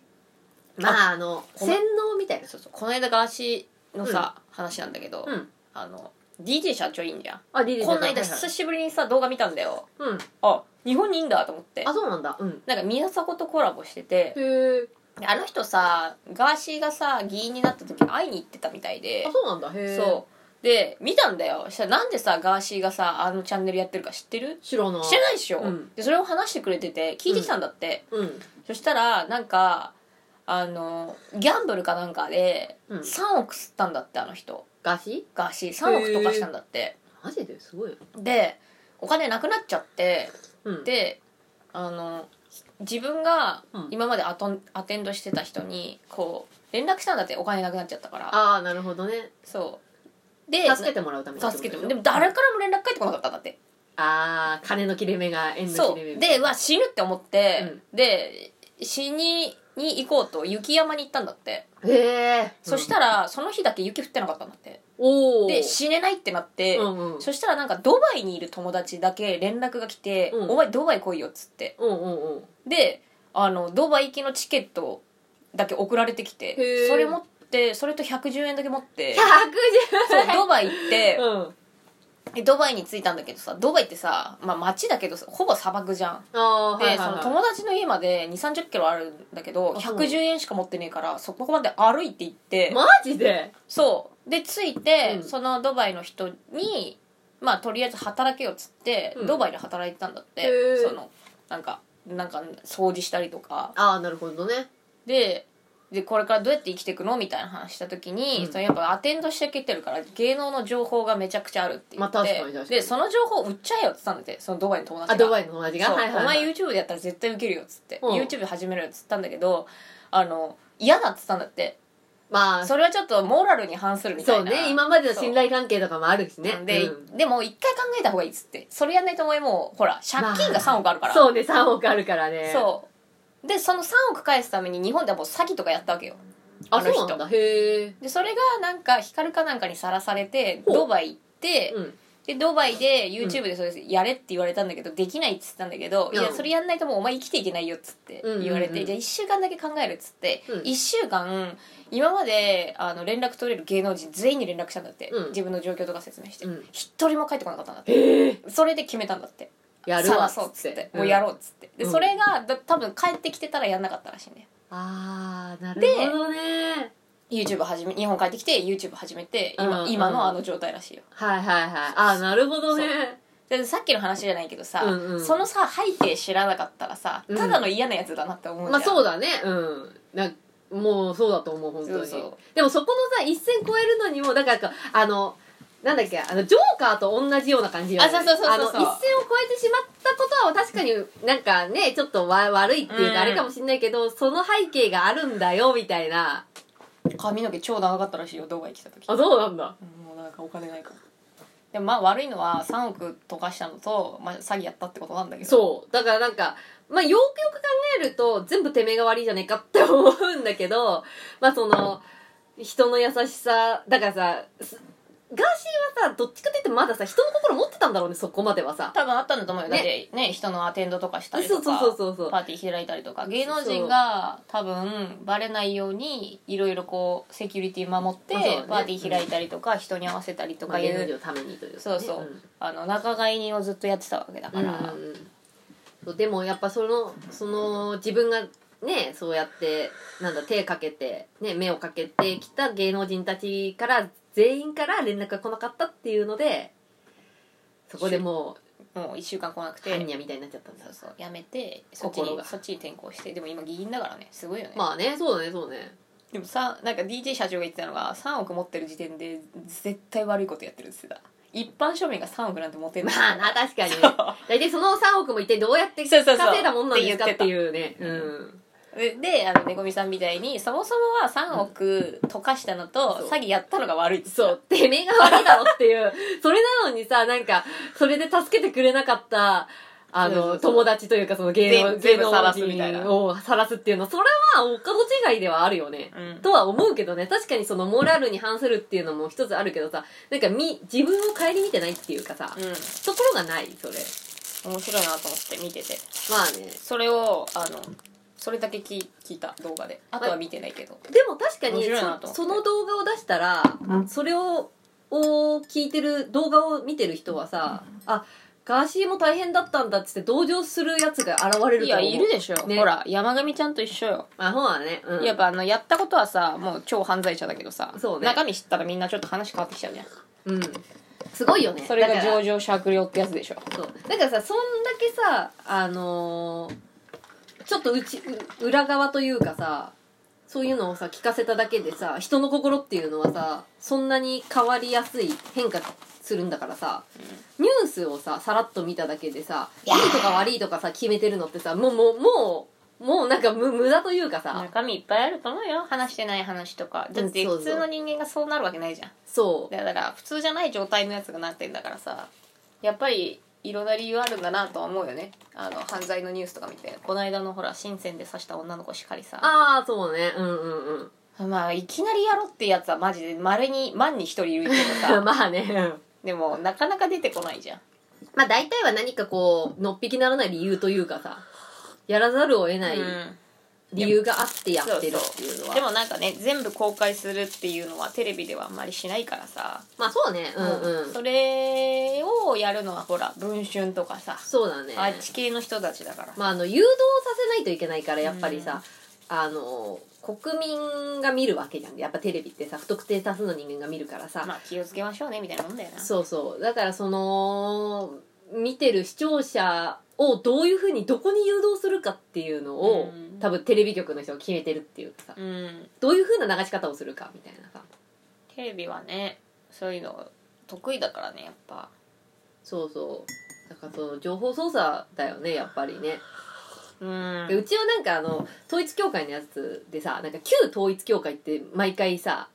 B: まああの
A: こ
B: 洗
A: の
B: 脳みたいな
A: そうそうこの間ガーシーのさ、話なんだけど、
B: うん
A: あの DJ 社長いいんじゃん
B: あリリー
A: こんな間
B: さ
A: 久しぶりにさ動画見たんだよ
B: うん
A: あ日本にいいんだと思って
B: あそうなんだうん
A: なんか宮迫とコラボしてて
B: へえ
A: あの人さガーシーがさ議員になった時会いに行ってたみたいで
B: あそうなんだへえ
A: そうで見たんだよそしたらなんでさガーシーがさあのチャンネルやってるか知ってる
B: 知らない
A: 知らないでしょ、
B: うん
A: でそれを話してくれてて聞いてきたんだって、
B: うん
A: そしたらなんかあのギャンブルかなんかで
B: うん
A: 3億吸ったんだってあの人
B: ガシ
A: ガーシー3億とかしたんだって
B: マジですごいよ
A: でお金なくなっちゃって
B: うん
A: であの自分が
B: うん
A: 今までアトンアテンドしてた人にこう連絡したんだってお金なくなっちゃったから
B: ああなるほどね
A: そうで
B: 助けてもらうために
A: 助けてもでも誰からも連絡返ってこなかったんだって
B: ああ金の切れ目が縁の
A: そ
B: 切れ目
A: う
B: みた
A: で
B: いな
A: は死ぬって思って、で死にに行こうと雪山に行ったんだって、
B: へえ
A: そしたらその日だけ雪降ってなかったんだって
B: おお
A: で死ねないってなって、
B: うんうん
A: そしたらなんかドバイにいる友達だけ連絡が来て「
B: うん
A: お前ドバイ来いよ」っつって
B: うんうんうん
A: であのドバイ行きのチケットだけ送られてき
B: へ
A: て
B: ー
A: それ持ってそれと110円だけ持 ってそう
B: 110
A: ドバイ行って
B: うん
A: でドバイに着いたんだけどさドバイってさ、まあ、街だけどさほぼ砂漠じゃん
B: ああ
A: で、
B: はいはいはい
A: その友達の家まで2 3 0キロあるんだけど
B: あそう
A: 110円しか持ってねえからそこまで歩いて行って、
B: マジで
A: そうで着いて、
B: うん
A: そのドバイの人にまあとりあえず働けよっつって、
B: うん
A: ドバイで働いてたんだって
B: へー
A: そのなんかなんか掃除したりとか
B: ああなるほどね
A: ででこれからどうやって生きていくのみたいな話した時に、
B: うん
A: そのやっぱアテンドしてきてるから芸能の情報がめちゃくちゃあるって言って、
B: まあ確かに確かに
A: でその情報売っちゃえよって言ったんだってそのドバイの友達が
B: あドバイの友達が
A: そう
B: はいはいはい
A: お前 YouTube でやったら絶対ウケるよっつって、
B: うん
A: YouTube 始めるよっつったんだけどあの嫌だっつったんだって
B: まあそ
A: それはちょっとモラルに反するみたい
B: う
A: な
B: ね今までの信頼関係とかもあるしね
A: そうで、
B: うん
A: でも一回考えた方がいいっつってそれやんないとお前もうほら借金が3億あるから、
B: そうね3億あるからね
A: そうでその3億返すために日本ではもう詐欺とかやったわけよ
B: あ
A: あの
B: そ
A: 人
B: うなんだへえ
A: でそれがなんか光かなんかにさらされて
B: ほう
A: ドバイ行って、
B: うん
A: でドバイで YouTube でそれやれって言われたんだけど、できないっつったんだけど、
B: うん
A: いやそれやんないともうお前生きていけないよっつって
B: うんうんうん
A: 言われて、じゃあ1週間だけ考えるっつって、
B: うん
A: 1週間今まであの連絡取れる芸能人全員に連絡したんだって、
B: うん
A: 自分の状況とか説明して、
B: うん
A: 一人も帰ってこなかったんだって
B: へえ
A: それで決めたんだって
B: やる
A: さ
B: わ
A: らそうっつって、
B: ん
A: もうやろうっつってで、
B: うん
A: それがだ多分帰ってきてたらやんなかったらしいね
B: ああなるほどね
A: YouTube 始め日本帰ってきて YouTube 始めて今,、
B: うん
A: 今のあの状態らしいよ
B: はいはいはいああなるほどね
A: でさっきの話じゃないけどさ、
B: うんうん
A: そのさ背景知らなかったらさ
B: うん
A: ただの嫌なやつだなって思うじ
B: ま
A: ゃん、
B: あそうだねうんなもうそうだと思う本当に
A: そうそう
B: でもそこのさ一線超えるのにもだからこうあのなんだっけあのジョーカーと同じような感じよね
A: あそうそうそうそうそう
B: あの一線を越えてしまったことは確かになんかねちょっとわ悪いっていう
A: うん
B: かあれかもしんないけど、その背景があるんだよみたいな
A: 髪の毛超長かったらしいよ動画に来た時
B: あそうなんだ
A: うんもうなんかお金ないからでもまあ悪いのは3億溶かしたのと、まあ、詐欺やったってことなんだけど
B: そうだからなんかまあよくよく考えると全部てめえが悪いじゃねえかって思うんだけどまあその人の優しさだからさすガーシーはさどっちかって言ってまださ人の心持ってたんだろうねそこまではさ
A: 多分あったんだと思うよ、だってね人のアテンドとかしたりと
B: そう
A: か
B: そうそうそうそう
A: パーティー開いたりとか芸能人が多分バレないようにいろいろこうセキュリティ守って、
B: まあそうだね
A: パーティー開いたりとか、人に合わせたりと
B: ま
A: か
B: あ
A: い
B: 芸能
A: う、
B: 人のためにというかね、
A: そうそう、
B: ん
A: あの仲買人をずっとやってたわけだから、
B: うんうんうんそうでもやっぱそのその自分がねそうやってなんだ手かけて、ね、目をかけてきた芸能人たちから全員から連絡が来なかったっていうのでそこでも
A: もう1週間来なく
B: う
A: て、
B: 般若みたいになっちゃったんだ
A: そうそうやめてそっち
B: 心
A: に
B: が
A: そっちに転校してでも今議員だからねすごいよね、
B: まあねそうだねそうだ ね
A: でもさなんか DJ 社長が言ってたのが3億持ってる時点で絶対悪いことやってるって言ってた一般庶民が3億なんて持てない
B: まあな確かにね
A: そう
B: 大体その3億も一体どうやって
A: そうそ
B: 稼
A: うそう
B: いだもんなんですかっていうね
A: 言ってた
B: うん
A: でであのねこみさんみたいにそもそもは3億溶かしたの
B: そ
A: と
B: う
A: 詐欺やったのが悪いって言
B: そう、てめえが悪いだろっていう。それなのにさ、なんか、それで助けてくれなかった、あの、
A: そうそうそう
B: 友達というかその芸能
A: 全全部
B: 芸能
A: 晒すみたいな
B: 人を晒すっていうのは、それはお門違いではあるよね。
A: ってた
B: とは思うけどね、確かにそのモラルに反するっていうのも一つあるけどさ、なんかみ、自分を顧みてないっていうかさ、
A: うん、うん、
B: ところがない、それ。
A: 面白いなと思って見てて
B: まあね。
A: それをあのそれだけ聞聞いた動画であとは見てないけど、
B: でも確かに
A: 面白いなと
B: そ
A: 思って
B: その動画を出したら、それをを聞いてる動画を見てる人はさ、あガーシーも大変だったんだっつって同情するやつが現れる
A: い
B: と
A: や
B: 思う
A: いるでしょ、
B: ね
A: ほら山上ちゃんと一緒よ
B: あそうだね、うん、
A: やっぱあのやったことはさもう超犯罪者だけどさ、
B: そうね
A: 中身知ったらみんなちょっと話変わってきちゃうじゃん
B: うんすごいよね
A: それ
B: だ
A: が
B: から
A: 上場酌量ってやつでしょ
B: そうだからさそんだけさあのーちょっとうちう裏側というかさそういうのをさ聞かせただけでさ人の心っていうのはさそんなに変わりやすい変化するんだからさ、ニュースをささらっと見ただけでさいいとか悪いとかさ決めてるのってさもうもうもうもうなんか無無駄というかさ、
A: 中身いっぱいあると思うよ話してない話とかだって
B: うんそう
A: 普
B: そう
A: 通の人間がそうなるわけないじゃん
B: そう
A: だから普通じゃない状態のやつがなってんだからさやっぱりいろんな理由あるんだなとは思うよねあの犯罪のニュースとか見てこの間のほら深センで刺した女の子しかりさ
B: ああそうねうんうんうん
A: まあいきなりやろってやつはマジでまれに万に一人いるけど さ
B: まあねうん
A: でもなかなか出てこないじゃん
B: まあ大体は何かこうのっぴきならない理由というかさやらざるを得ない、
A: うん
B: 理由があってやってるっていうのは
A: でもなんかね全部公開するっていうのはテレビではあんまりしないからさ、
B: まあそうねうんうん、
A: それをやるのはほら文春とかさ、
B: そうだね
A: あっち系の人たちだから、
B: まああの誘導させないといけないからやっぱりさ、あの国民が見るわけじゃんやっぱテレビってさ不特定多数の人間が見るからさ、
A: まあ気をつけましょうねみたいなもんだよな
B: そうそうだからその見てる視聴者をどういうふうにどこに誘導するかっていうのを、
A: うん
B: 多分テレビ局の人が決めてるっていうかさ
A: うん
B: どういうふうな流し方をするかみたいなさ
A: テレビはねそういうの得意だからねやっぱ
B: そうそうだからその情報操作だよねやっぱりね
A: う
B: で
A: ん
B: うちはなんかあの統一教会のやつでさなんか旧統一教会って毎回さ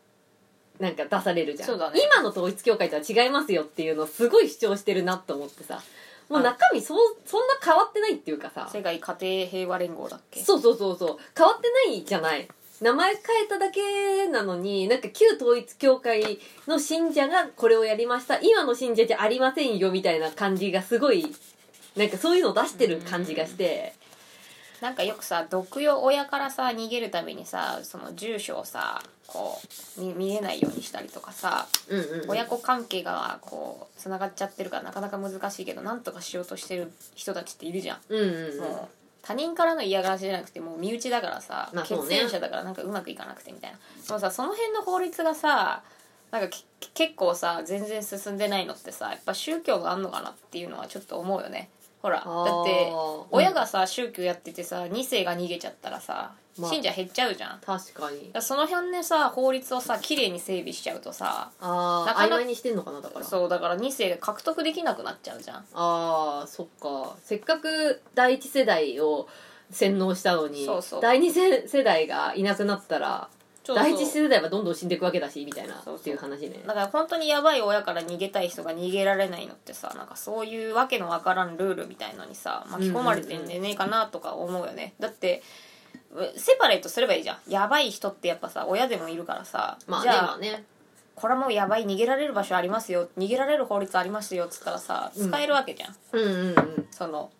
B: なんか出されるじゃん
A: そうだね
B: 今の統一教会とは違いますよっていうのをすごい主張してるなと思ってさもう中身そうそんな変わってないっていうかさ
A: 世界家庭平和連合だっけ
B: そうそうそうそう変わってないじゃない名前変えただけなのになんか旧統一教会の信者がこれをやりました今の信者じゃありませんよみたいな感じがすごいなんかそういうのを出してる感じがして
A: なんかよくさ毒用親からさ逃げるためにさその住所をさこうみ見えないようにしたりとかさ
B: うんうんうん
A: 親子関係がこうつながっちゃってるからなかなか難しいけどなんとかしようとしてる人たちっているじゃん、
B: うんうんうん
A: もう他人からの嫌がらせじゃなくてもう身内だからさ、
B: まあそう
A: 血
B: ね
A: 縁者だからなんかうまくいかなくてみたいなでもさその辺の法律がさなんかけ結構さ全然進んでないのってさやっぱ宗教があんのかなっていうのはちょっと思うよねほらだって親がさ宗教やっててさ2世が逃げちゃったらさ
B: まあ
A: 信者減っちゃうじゃん、
B: 確かに
A: だからその辺でさ法律をさ綺麗に整備しちゃうとさ
B: あ
A: な
B: あ
A: か
B: 曖
A: な
B: 昧にしてんのかなだから
A: そうだから2世が獲得できなくなっちゃうじゃん
B: ああそっかせっかく第一世代を洗脳したのに
A: そうそう
B: 第二世世代がいなくなったら
A: ちょうど
B: 第一世代はどんどん死んでいくわけだしみたいな
A: そうそう
B: っていう話ね
A: だから本当にやばい親から逃げたい人が逃げられないのってさなんかそういうわけのわからんルールみたいのにさ巻き込まれてんじゃねえかなとか思うよね、だってうセパレートすればいいじゃんやばい人ってやっぱさ親でもいるからさ、
B: まあ
A: じ
B: ね
A: ゃあ、
B: まあね
A: これはもうやばい逃げられる場所ありますよ逃げられる法律ありますよっつったらさ
B: うん
A: 使えるわけじゃん、
B: うんうんうん
A: その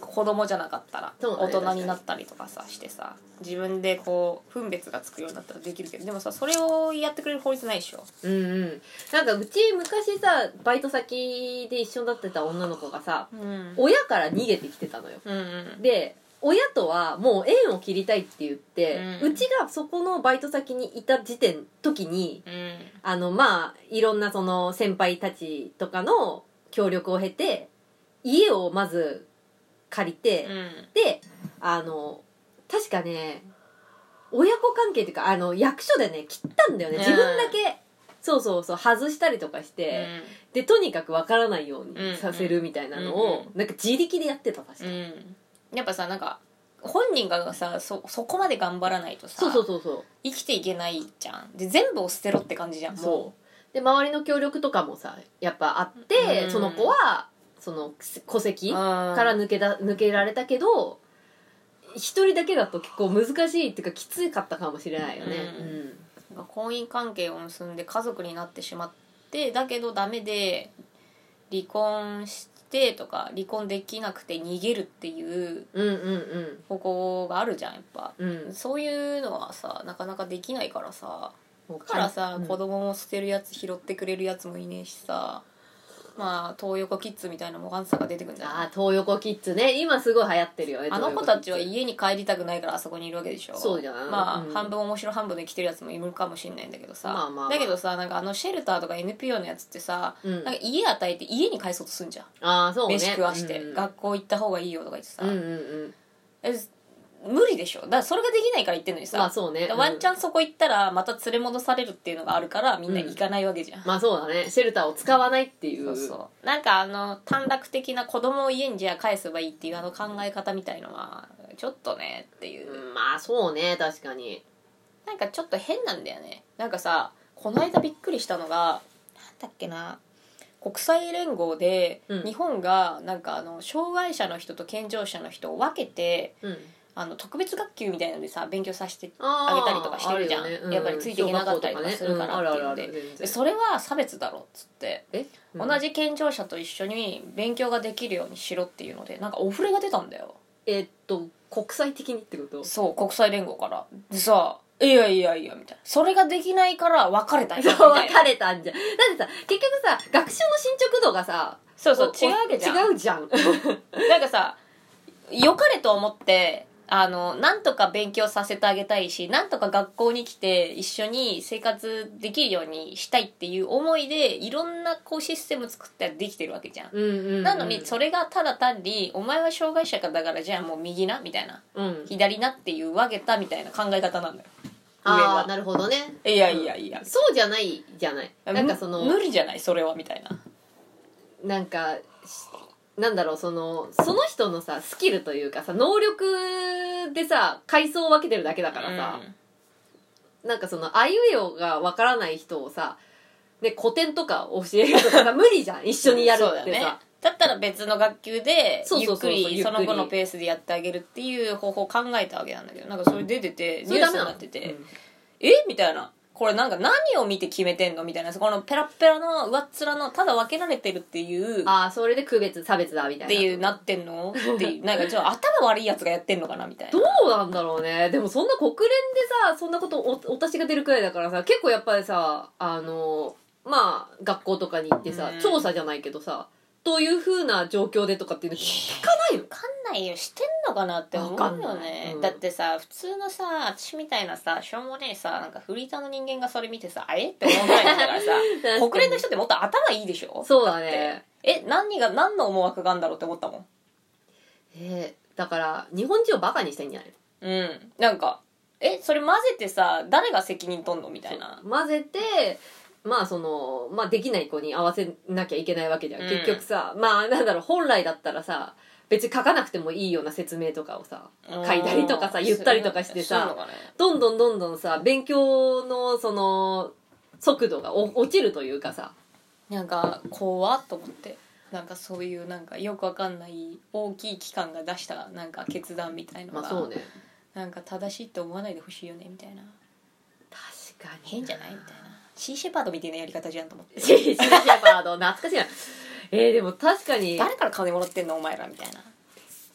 A: 子供じゃなかったら
B: そうだ
A: 大
B: ね
A: 人になったりとかさしてさ自分でこう分別がつくようになったらできるけどでもさそれをやってくれる法律ないでしょ
B: うんうんなんかうち昔さバイト先で一緒になってた女の子がさ
A: うん
B: 親から逃げてきてたのよ
A: うんうん
B: で親とはもう縁を切りたいって言って、う
A: うん
B: ちがそこのバイト先にいた時点時に
A: うん
B: あのまあいろんなその先輩たちとかの協力を経て家をまず借りて、
A: う
B: であの確かね親子関係っていうかあの役所でね切ったんだよね
A: うん
B: 自分だけ、そうそうそう外したりとかして、でとにかくわからないようにさせるみたいなのを、
A: うん
B: なんか自力でやってた確か、
A: ん、うん、やっぱさなんか本人がさそそこまで頑張らないとさ
B: そうそうそうそう
A: 生きていけないじゃんで全部を捨てろって感じじゃんも
B: そうで周りの協力とかもさやっぱあって、
A: うん
B: その子はその戸
A: う
B: 籍
A: うん
B: か
A: から
B: 抜けだ抜けられたけど一人だけだと結構難しいっていうかきつかったかもしれないよね、
A: う
B: うんん
A: 婚姻関係を結んで家族になってしまってだけどダメで離婚してとか離婚できなくて逃げるっていう
B: うん、うんうん
A: 方向があるじゃんやっぱ
B: うん
A: そういうのはさなかなかできないからさ
B: だ
A: だからさ、
B: うん
A: 子供も捨てるやつ拾ってくれるやつもいねえしさまあ東横キッズみたいなもがんさが出てくるんじゃない
B: あー東横キッズね今すごい流行ってるよね
A: あの子たちは
B: 東横
A: 家に帰りたくないからあそこにいるわけでしょ
B: そうじゃない
A: まあ、
B: うん
A: 半分面白半分で来てるやつもいるかもしれないんだけどさ、
B: まあまあ
A: だけどさなんかあのシェルターとか NPO のやつってさ、
B: キッズうん
A: なんか家与えて家に返そうとすんじゃん、
B: ああそうね
A: 飯食わして、
B: うん、
A: 学校行った方がいいよとか言ってさ、
B: うんうんうん
A: え無理でしょだからそれができないから言ってんのにさ、
B: まあそうね
A: だからワンチ
B: ャン
A: ャンそこ行ったらまた連れ戻されるっていうのがあるからみんな行かないわけじゃん、
B: まあそうだねシェルターを使わないっていう
A: そうそうなんかあの短絡的な子供を家にじゃあ返せばいいっていうあの考え方みたいのはちょっとねっていう、
B: うんまあそうね確かに
A: なんかちょっと変なんだよねなんかさこの間びっくりしたのがなんだっけな国際連合で
B: うん
A: 日本がなんかあの障害者の人と健常者の人を分けて
B: うん
A: あの特別学級みたいなのでさ勉強させて
B: あ
A: あげたりとかしてるじゃんやっぱりついていけなかったりとかするからっていうのででそれは差別だろっつって、同
B: じ
A: じ健常者と一緒に勉強ができるようにしろっていうのでなんかお触れが出たんだよ
B: えっと国際的にってこと
A: そう国際連合からでさ「いやいやいや」みたいなそれができないから別れたんやみ
B: そう
A: たい
B: 分
A: な
B: かれたんじゃんだってさ結局さ学習の進捗度がさ
A: そうそう
B: お
A: 違うわけじゃん
B: 違うじゃ ん
A: なんかさ良かれと思ってあのなんとか勉強させてあげたいしなんとか学校に来て一緒に生活できるようにしたいっていう思いでいろんなこうシステム作ってできてるわけじゃん、
B: うんうんうん
A: なのにそれがただ単に「お前は障害者かだからじゃあもう右な」みたいな
B: う
A: 「
B: ん
A: 左な」っていう分けたみたいな考え方なんだよ上
B: ああ
A: は
B: なるほどね
A: いやいやいや、
B: そうじゃないじゃないなんかその
A: 無無理じゃないそれはみたいな
B: なんかしなんだろうそのその人のさスキルというかさ能力でさ階層を分けてるだけだ
A: だ
B: か
A: からら
B: さ
A: さ、、
B: なんかそのあいうえおがわからない人をさね古典とか教えるとかさ無理じゃん一緒にやる
A: そうだ
B: っ
A: よ
B: て
A: ね
B: さ
A: だったら別の学級で
B: そう
A: ゆ
B: そ
A: っ
B: うそ
A: く
B: うそう
A: り
B: ゆっく
A: そ
B: り
A: の子のペースでやってあげるっていう方法を考えたわけなんだけどなんかそれ出てて
B: そ
A: ニュー
B: れダ
A: ス
B: メ
A: に
B: なの
A: なってて、えみたいなこれなんか何を見て決めてんのみたいなこのペラッペラの上っ面のただ分けられてるっていう
B: うんああそれで区別差別だみたいな
A: っていうなってんのっていうなんかちょっと頭悪いやつがやってんのかなみたいな
B: どうなんだろうねでもそんな国連でさそんなことおお達しが出るくらいだからさ結構やっぱりさあのまあ学校とかに行ってさ、
A: うん
B: 調査じゃないけどさどういうふうな状況でとかっていうの聞かないの
A: わかんないよしてんのかなって思
B: わかん
A: うよ
B: な
A: ね
B: い、うん
A: だってさ普通のさ私みたいなさしょうもねえさなんかフリーターの人間がそれ見てさあえって思わないんだからさ
B: 確か に
A: 国連の人ってもっと頭いいでしょ
B: そうだ
A: だって
B: ね
A: え何が何の思惑があんだろうって思ったもん
B: えーだから日本人をバカにしてんじゃない
A: うんなんかえそれ混ぜてさ誰が責任取んのみたいな
B: 混ぜてまあその、まあ、できない子に合わせなきゃいけないわけじゃん、
A: うん
B: 結局さまあなんだろう本来だったらさ別に書かなくてもいいような説明とかをさ書いたりとかさ
A: うん
B: 言ったりとかして
A: そういう
B: さ
A: のがね
B: どんどんどんどんさ勉強のその速度がお落ちるというかさ
A: なんか怖っと思ってなんかそういうなんかよくわかんない大きい機関が出したなんか決断みたいの
B: ま
A: が、
B: あそうね
A: なんか正しいって思わないでほしいよねみたいな
B: 確かに
A: 変 じゃないみたいなシーシェパードみたいなやり方じゃんと思って
B: シーシーシェパード懐かしいなえー、でも確かに
A: 誰から金もらってんのお前らみたいな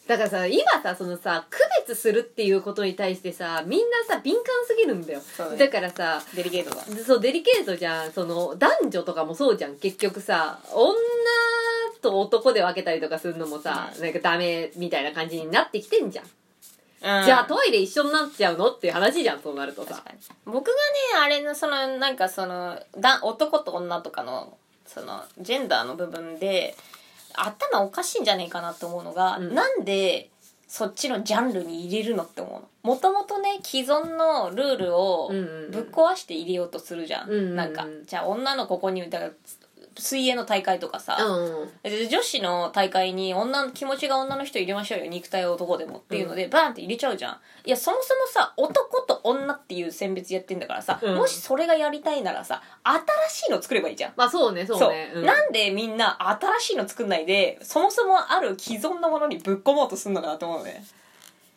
B: だからさ今さそのさ区別するっていうことに対してさみんなさ敏感すぎるんだよ
A: そうね
B: だからさ
A: デリケートだ
B: そうデリケートじゃんその男女とかもそうじゃん結局さ女と男で分けたりとかするのもさ、
A: う
B: なんかダメみたいな感じになってきてんじゃん、
A: うん
B: じゃあトイレ一緒になっちゃうのっていう話じゃんそうなるとさ
A: 確かに僕がねあれのそのなんかそのだ男と女とかのそのジェンダーの部分で頭おかしいんじゃねえかなって思うのが、
B: うん
A: なんでそっちのジャンルに入れるのって思うのもともとね既存のルールを
B: うんうんうん
A: ぶっ壊して入れようとするじゃん,、
B: うんうんうん
A: なんかじゃあ女のここにだから水泳の大会とかさ、
B: うん
A: で女子の大会に女の気持ちが女の人入れましょうよ肉体は男でもっていうので、バーンって入れちゃうじゃんいやそもそもさ男と女っていう選別やってんだからさ、
B: うん
A: もしそれがやりたいならさ新しいの作ればいいじゃん
B: まあそうねそうねうん
A: なんでみんな新しいの作んないでそもそもある既存のものにぶっ込もうとすんのかなと思うのね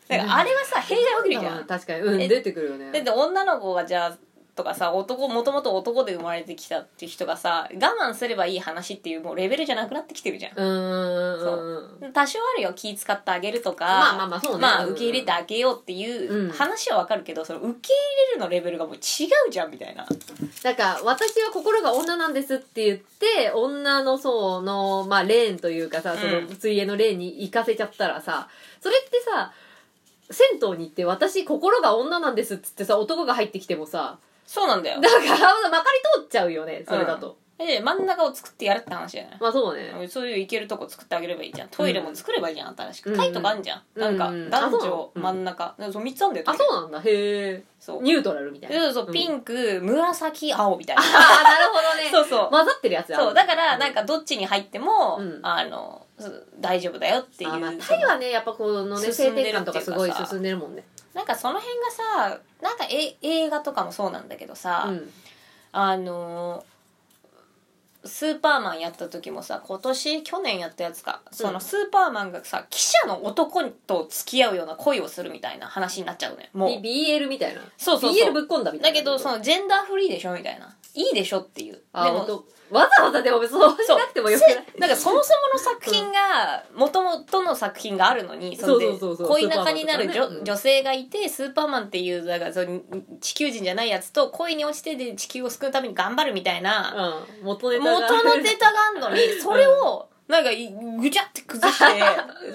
A: だからあれはさ弊害起きるじゃん
B: 確かにうん
A: え
B: 出てくるよね
A: だって女の子がじゃあとかさ男もともと男で生まれてきたっていう人がさ我慢すればいい話っていうもうレベルじゃなくなってきてるじゃん
B: うーんうんうん
A: 多少あるよ気使ってあげるとか
B: まあまあまあそうね
A: まあ
B: うんうん
A: 受け入れてあげようっていううん話はわかるけど、その受け入れるのレベルがもう違うじゃんみたいな
B: なんか、私は心が女なんですって言って、女の層の、まあ、レーンというかさ、その
A: うん、
B: 水泳のレーンに行かせちゃったらさ、それってさ、銭湯に行って私心が女なんですっつってさ、男が入ってきてもさ、
A: そうなんだ
B: だ
A: よ
B: から、まかり通っちゃうよね、それだと。
A: で真ん中を作ってやるって話じゃない、
B: まあそうね。
A: そういう行けるとこ作ってあげればいいじゃんトイレも作ればいいじゃん新し
B: う
A: く
B: ん
A: タイとかあんじゃん、
B: うんうん
A: なんか男
B: あそうな
A: 女
B: のうん
A: 真ん中、なんかそう3つあんだよ
B: あ、そうなんだ。へえ。
A: そう
B: ニュートラルみたい
A: そ
B: な。
A: うそうピ
B: ン。
A: ンク、紫青みたいな
B: あー、なるほどね。
A: そうそう
B: 混ざってるやつだ
A: そうだからなんかどっちに入っても、
B: うん
A: あのそう大丈夫だよっていう
B: あーまあ、タイはね、やっぱこのね、性
A: 進んでるっていうかさ
B: 転換とかすごい進んでるもんね。
A: なんかその辺がさなんかえ映画とかもそうなんだけどさ、
B: うん。
A: あのースーパーマンやった時もさ今年去年やったやつかそのスーパーマンがさ記者の男と付き合うような恋をするみたいな話になっちゃうねもう
B: B- BL みたいな。
A: そうそうそう
B: BL ぶっ込んだみた
A: だ
B: いな。
A: けどそのジェンダーフリーでしょみたいないいでしょっていう
B: あ
A: で
B: 本
A: も
B: 当わざわざでもそうし
A: そう
B: なくてもよくない
A: せなんかそもそもの作品がもともとの作品があるのにんで
B: そうそうそうそう
A: 恋仲になる
B: スーパーマンとかね
A: 女
B: うん
A: 女性がいてスーパーマンっていうだからその地球人じゃないやつと恋に落ちてで地球を救うために頑張るみたいな
B: うん、元ネタが
A: 元のネタがあるのにそれをなんかいぐちゃって崩してなんかス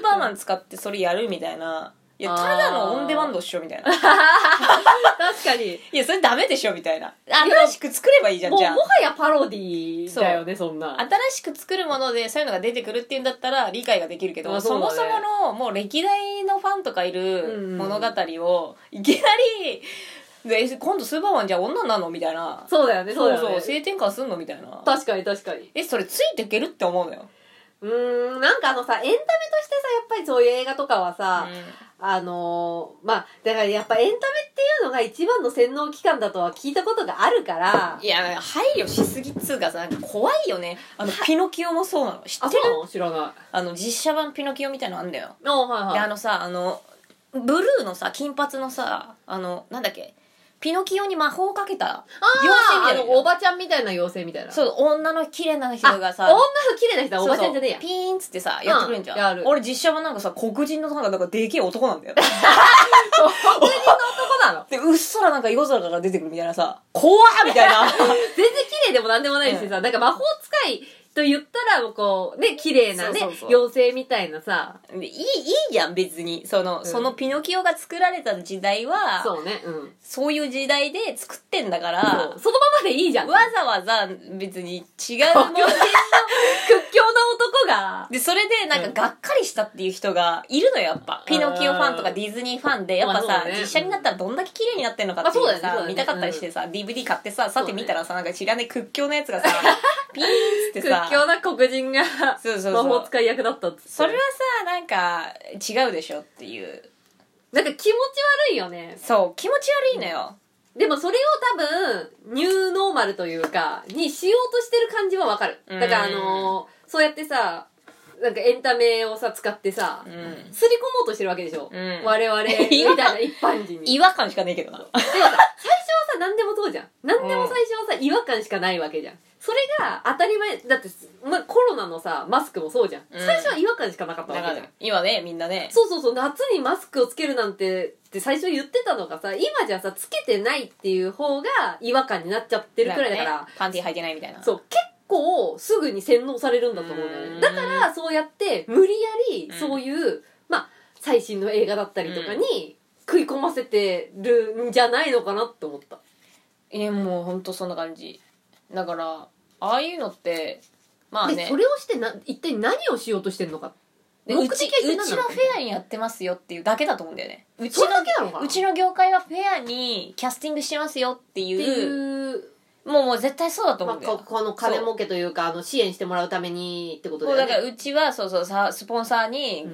A: ーパーマン使ってそれやるみたいな。いや
B: あー
A: ただのオンデマンドっしょみたいな。
B: 確かに
A: いや、それダメでしょみたいな。新しく作ればいいじゃん、
B: もう
A: じ
B: も
A: ゃあ。
B: はやパロディーだよねそんな
A: 新しく作るものでそういうのが出てくるっていうんだったら理解ができるけど
B: まあ
A: そ,、
B: そうだ
A: も
B: ね
A: そものもう歴代のファンとかいる
B: うん
A: 物語をいきなりで「え今度スーパーマンじゃあ女なの?」みたいな
B: そうだよねそうだよ
A: そう
B: ね
A: 性転換すんのみたいな
B: 確かに確かに
A: えそれついていけるって思うのよ、
B: うーんなんかあのさエンタメとしてさやっぱりそういう映画とかはさ、あのーまあだからやっぱエンタメっていうのが一番の洗脳機関だとは聞いたことがあるから
A: いや配慮しすぎっつうかさなんか怖いよねあのピノキオもそうなの知ってる
B: の知らない
A: あの実写版ピノキオみたいのあんだよ
B: あはいはい
A: であのさあのブルーのさ金髪のさあのなんだっけピノキオに魔法をかけた
B: あー
A: 妖精みたいなのい
B: あ
A: る
B: のおばちゃんみたいな妖精みたいなう
A: そう女の綺麗な人
B: あ
A: がさ
B: 女の綺麗な人は
A: そうそ
B: お
A: う
B: ばちゃんじゃねえや
A: ピーンっつってさやってくれんじゃん、
B: うんやる
A: 俺実写はなんかさ黒人のなんかなんかでけえ男なんだ よ
B: 黒人の男なの
A: でうっすらなんか夜空から出てくるみたいなさ怖っみたいな
B: 全然綺麗でも何でもないしさ、なんか魔法使いと言ったら、こう、ね、綺麗なね、
A: そうそうそう
B: 妖精みたいなさ、
A: でいいいいじゃん別にその、
B: ん
A: そのピノキオが作られた時代はそう
B: そうね、うん。
A: いう時代で作ってんだから
B: そうそのままでいいじゃん。屈
A: わざわざ別に違うもの
B: 強なあ
A: で、それでなん
B: うん
A: かがっかりしたっていう人がいるのよ、やっぱ。ピノキオファンと
B: あ
A: か
B: ー
A: ディズニーファンで、やっぱ
B: まあ
A: さ、
B: そうね
A: 実写になったらどんだけ綺麗になってんのかっていう
B: まあ
A: の
B: そうだよ
A: さ、
B: ねそうだよね
A: 見たかったりしてさ、DVD 買ってさ、さて見たらさ、なんか知らない屈強なや つがさ、ピーンっつって
B: 屈
A: さ、
B: 強な黒人が
A: そうそう
B: 魔
A: そ
B: 法
A: う。
B: 使い役だったっつって
A: それはさ、なんか違うでしょっていう。
B: なんか気持ち悪いよね
A: そう、気持ち悪いのよ。
B: でもそれを多分ニューノーマルというかにしようとしてる感じはわかるだからあ
A: うん
B: のーそうやってさなんかエンタメをさ使ってさ、
A: う
B: す
A: ん。
B: 刷り込もうとしてるわけでしょ、
A: うん
B: 我々 みたいな一般人に
A: 違和感しかねえけどな。
B: でもさ、最初はさ、何でもそうじゃん。何でも最初はさ、違和感しかないわけじゃん。それが当たり前、だって、ま、コロナのさ、マスクもそうじゃん。
A: うん
B: 最初は違和感しかなかった
A: だ
B: わ
A: か
B: け
A: ら
B: じゃん。
A: 今ね、みんなね。
B: そうそうそう、夏にマスクをつけるなんて、って最初言ってたのがさ、今じゃさ、つけてないっていう方が違和感になっちゃってるくらいだから、
A: なんねパンティ履いてないみたいな。
B: そう、結構すぐに洗脳されるんだと思うんだよ
A: う
B: ね。
A: ん
B: だから、そうやって、無理やり
A: う、ん
B: そういう、まあ、最新の映画だったりとかに、食い込ませてるんじゃないのかなって思った。
A: えもうほんとそんな感じだからああいうのってまあ
B: で
A: ね
B: それをしてな一体何をしようとしてんのか
A: で
B: 目
A: うち
B: 的は一体
A: う
B: 何
A: ち
B: な
A: は
B: の
A: フェアにやってますよっていうだけだと思うんだよねうち
B: そ
A: の
B: れだけなのかな
A: うちの業界はフェアにキャスティングしてますよって
B: って
A: いう
B: いう、
A: もうもう絶対そうだと思
B: ま
A: う
B: あ、
A: んだよ
B: こ、この金儲けというかあの支援してもらうためにってこと
A: そう
B: だ
A: だ
B: よね
A: からうちはそうそうさスポンサーに、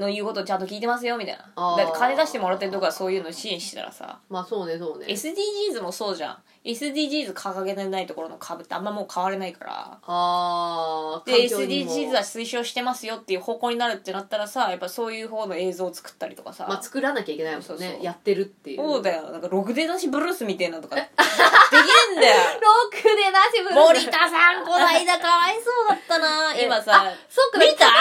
A: の言うことをちゃんと聞いてますよみたい
B: あー
A: なだって金出してもらってるとこはそういうの支援してたらさ
B: まあそうねそうね
A: SDGs もそうじゃん SDGs 掲げてないところの株ってあんまもう変われないから
B: ああ
A: で SDGs は推奨してますよっていう方向になるってなったらさやっぱそういう方の映像を作ったりとかさ、
B: まあ、作らなきゃいけないもんね
A: そうそう
B: やってるっていう
A: そうだ
B: よ
A: よなんかろくでなしブルースみたいなのとか できんだよ
B: ロックでなしブルー
A: 森田さんこないだかわいそうだったな
B: え
A: 今さ
B: あそうか
A: 見た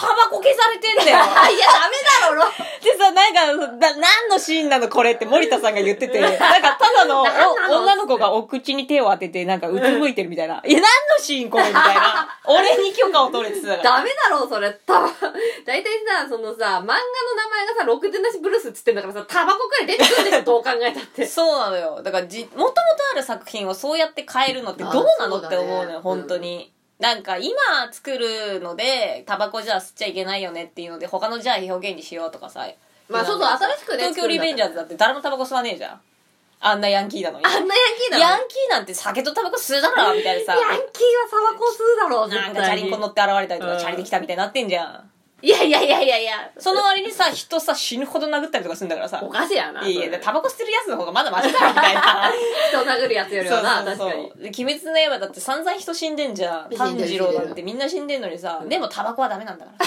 A: タバコ消されてんだよ
B: あいやダメだろロック
A: でさなんかだ何のシーンなのこれって森田さんが言っててなんかただのお
B: 何なの
A: 女の子がお口に手を当ててなんかうつむいてるみたいな「いや何のシーンこれ」みたいな俺に許可を取れてたから
B: ダメだろそれた 大体さそのさ漫画の名前がさ「ロックでなしブルース」っつってんだからさタバコくらい出てくるでしょどう考えたって
A: そうなのよだからじもともとある作品をそうやって変えるのってどうなの
B: あーそうだね
A: って思うのよ本当に、なんか今作るのでタバコじゃ吸っちゃいけないよねっていうので他のじゃあ表現にしようとかさ
B: まあそうそう
A: なんか
B: 新しくね
A: 東京リベンジャーズだって誰もタバコ吸わねえじゃん あんなヤンキーなのに
B: あんなヤンキーだ
A: ヤンキーなんて酒とタバコ吸うだろみたいなさ
B: ヤンキーはタバコ吸うだろう
A: なんかチャリンコ乗って現れたりとか、チャリで来たみたいになってんじゃん
B: いやいやいやいやいや
A: その割にさ人さ死ぬほど殴ったりとかするんだからさ
B: おかしいやない
A: やいやタ
B: バ
A: バコ吸ってるやつの方がまだマシだろみたいな
B: 人殴るやつよりはな確かに
A: で鬼滅の刃だって散々人死んでんじゃん
B: 死ん
A: 炭
B: でる
A: 治郎なんてみんな死んでんのにさでもタバコはダメなんだから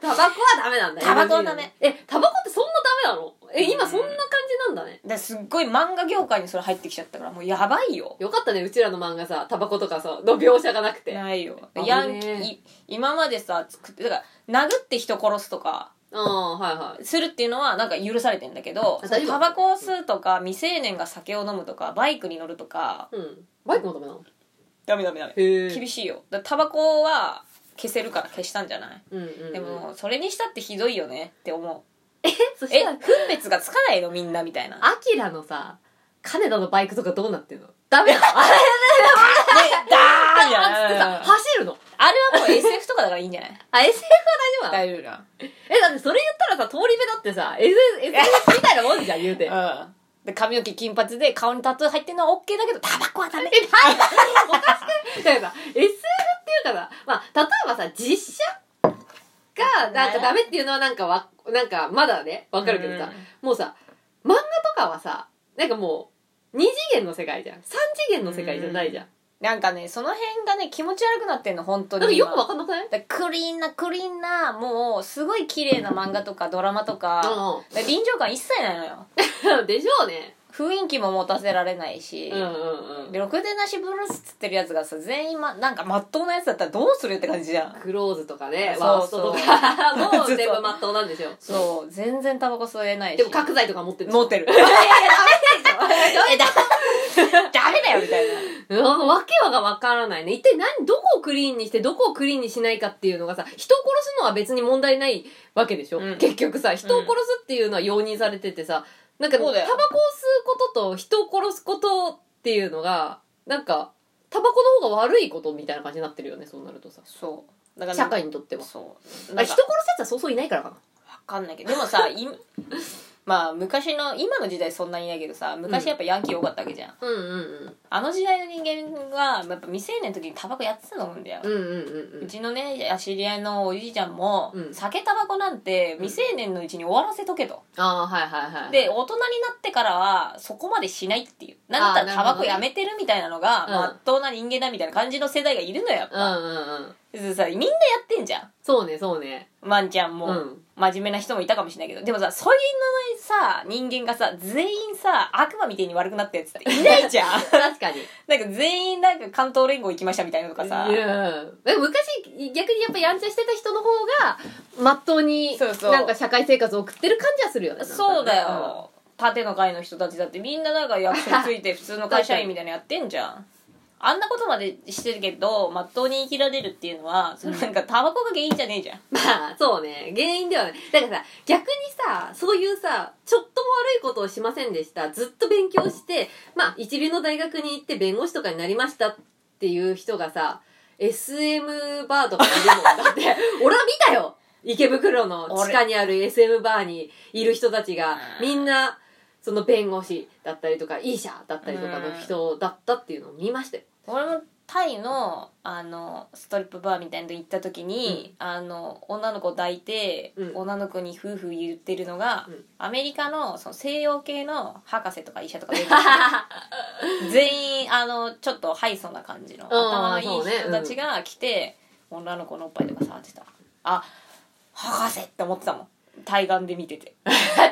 B: タバコはダメなんだよ
A: タバコはダメ
B: NG えタバコってそんなダメなのえ今そんな感じなんだね
A: ですっごい漫画業界にそれ入ってきちゃったからもうやばいよ
B: よかったねうちらの漫画さタバコとかさの描写がなくてうん
A: ないよ
B: 危ねえ
A: ヤンキー今までさ作ってだから殴って人殺すとか
B: はいはい
A: するっていうのはなんか許されてんだけど
B: あ大丈夫
A: タバコを吸うとか未成年が酒を飲むとかバイクに乗るとか
B: うんバイクもダメなの
A: ダメダメダメ
B: へえ
A: 厳しいよだからタバコは消せるから消したんじゃない
B: うんうんうん
A: でもそれにしたってひどいよねって思う
B: えそし
A: え
B: たら
A: 分別がつかないのみんなみたい なね
B: アキラのさ金田のバイクとかどうなってんのダメなのあれ
A: ダーじ
B: だっつって
A: ゃ
B: さ
A: ん
B: 走るの
A: あれはもう SF とかだからいいんじゃない
B: あ SF は大丈
A: 丈
B: 夫なの
A: 夫な
B: えだってそれ言ったらさ通り部だってさ SF みたいなもんじゃん言うて
A: うんで髪の毛金髪で顔にタトゥー入ってるのは OK だけどタバコはダメ
B: え、なんだおかしくみたいな。SF っていうかさ、まあ、例えばさ、実写が、なんかダメっていうのはなんかわ、なんかまだね、わかるけどさ、もうさ、漫画とかはさ、なんかもう、二次元の世界じゃん。三次元の世界じゃないじゃん。
A: なんかねその辺がね気持ち悪くなってんの本当
B: なんか
A: に
B: よく
A: 今
B: わかんなくない
A: だからクリーンなクリーンなもうすごい綺麗な漫画とかドラマとかだから臨場感一切ないのよ
B: うん。でしょうね。
A: 雰囲気も持たせられないし、
B: うんうんうん。
A: でろくでなしブルースっつってるやつがさ全員、ま、なんかまっとうなやつだったらどうするって感じじゃん
B: クローズとかね、
A: そうそう
B: ワーストとか、 もう全
A: そ
B: 部
A: う
B: まっとうなんでしょ。
A: そう全然タバコ吸えないし
B: でも角材とか持ってる
A: 持ってるえだダメだよみたいな
B: うん わけはがわからないね。一体何、どこをクリーンにして、どこをクリーンにしないかっていうのがさ、人を殺すのは別に問題ないわけでしょ、
A: うん
B: 結局さ、人を殺すっていうのは容認されててさ、なんか、タバ
A: そう
B: コを吸
A: だ
B: う
A: よ
B: ことと人を殺すことっていうのが、なんか、タバコの方が悪いことみたいな感じになってるよね、そうなるとさ。
A: そう
C: だから
B: 社会にとっては
C: そう
B: あ
C: なん
B: 人殺
C: か
B: すやつはそうそういないからかな
A: わかんないけどでも さいまあ昔の今の時代そんなにいないけどさ昔やっぱヤンキー多かったわけじゃん、
B: うんうん
A: あの時代の人間がやっぱ未成年の時にタバコやってたと思うんだよ、
B: うんうんうんう
A: うんちのね知り合いのおじいちゃんも、
B: うん
A: 酒タバコなんて未成年のうちに終わらせとけと、
B: ああはいはいはい
A: で大人になってからはそこまでしないっていうなんだったら
B: あ
A: タ
B: ーなる
A: バコ
B: ほどね
A: やめてるみたいなのが
B: うん
A: まっとうな人間だみたいな感じの世代がいるのよやっ
B: うん
A: ぱ、
B: うんうん
A: でさみんなやってんじゃん
B: そうねそうね
A: ワンちゃんも、
B: うん
A: 真面目な人もいたかもしれないけどでもさそういうのさ人間がさ全員さ悪魔みたいに悪くなったやつっていないじ ゃん
B: 確かに
A: なんか全員なんか関東連合行きましたみたいなのとかさ
B: いやでも昔逆にやっぱやんちゃしてた人の方がまっとうに
A: そうそう
B: なんか社会生活を送ってる感じはするよね
A: そうだよ縦の階の人たちだってみんななんか役所について普通の会社員みたいなのやってんじゃんあんなことまでしてるけどまっとうに生きられるっていうのはそれなんかタバコが原因じゃねえじゃん
B: まあそうね原因ではないだからさ逆にさそういうさちょっとも悪いことをしませんでしたずっと勉強してまあ一流の大学に行って弁護士とかになりましたっていう人がさ SM バーとかにいるもんだって 俺は見たよ池袋の地下にある SM バーにいる人たちがみんなその弁護士だったりとか医者だったりとかの人だったっていうのを見ました よ
A: 俺もタイのあのストリップバーみたいなの行った時に、あの女の子抱いて、
B: うん
A: 女の子に夫婦言ってるのが、
B: うん
A: アメリカのその西洋系の博士とか医者とか弁護士全員あのちょっとハイソな感じの頭のい
B: そう
A: い
B: ね
A: 人たちが来て、女の子のおっぱいとか触ってたあ博士って思ってたもん対岸で見て て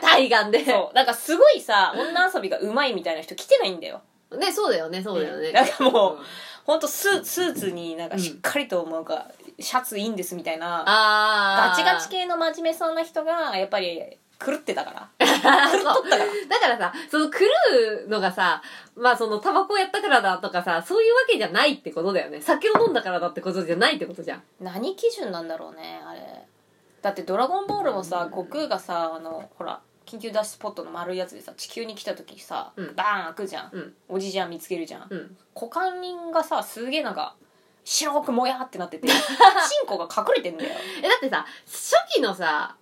B: 対岸で
A: そうなんかすごいさ女遊びがうまいみたいな人来てないんだよ
B: ねそうだよねそうだよね、
A: なんかもう、
B: うん
A: ほんとスースーツになんかしっかりとなんかシャツいいんですみたいな、
B: あー
A: ガチガチ系の真面目そうな人がやっぱり狂ってたから
B: そうだからさ、その狂うのがさ、まあそのタバコをやったからだとかさ、そういうわけじゃないってことだよね。酒を飲んだからだってことじゃないってことじゃん。
A: 何基準なんだろうねあれだって「ドラゴンボール」もさ悟空がさあのほら緊急脱出ポットの丸いやつでさ地球に来た時さ、
B: うん
A: バーン開くじゃん、
B: うん
A: おじちゃん見つけるじゃん、
B: うん。
A: 股間人がさすげえなんか白くもやーってな っててチンコが隠れてんだよ
B: え、だってさ、初期のさ、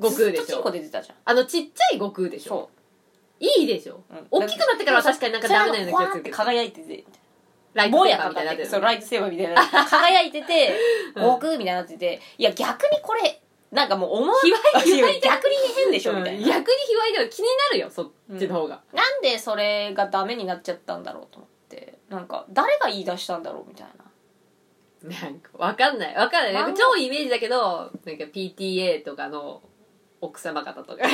B: 悟空で
A: ずっと
B: し
A: チンコ
B: ょ。
A: 出てたじゃん
B: あのちっちゃい悟空でしょ。
A: そ
B: いいでしょ。
A: う、うん
B: 大きくなってからは確かになんかダメなような気がするけど。
A: 輝いてて
B: ライト
A: も
B: セ
A: や
B: ーバー
A: か
B: み
A: か
B: たいに
A: っ
B: なって
A: て
B: る
A: そうライトセーバーみたいな輝いてて
B: うん
A: 悟空みたいになってていや逆にこれなんかもう思わ
B: 卑猥卑猥
A: いや逆に変でしょ
B: うん
A: みたい
B: 逆に
A: な、
B: 卑猥では気になるよ、そっちの方が。
A: なんでそれがダメになっちゃったんだろうと思ってなんか誰が言い出したんだろうみたいな
B: なんか、わかんない。わかんない。なん
A: 漫
B: か
A: 画
B: 超イメージだけど、なんか PTA とかの奥様方とか が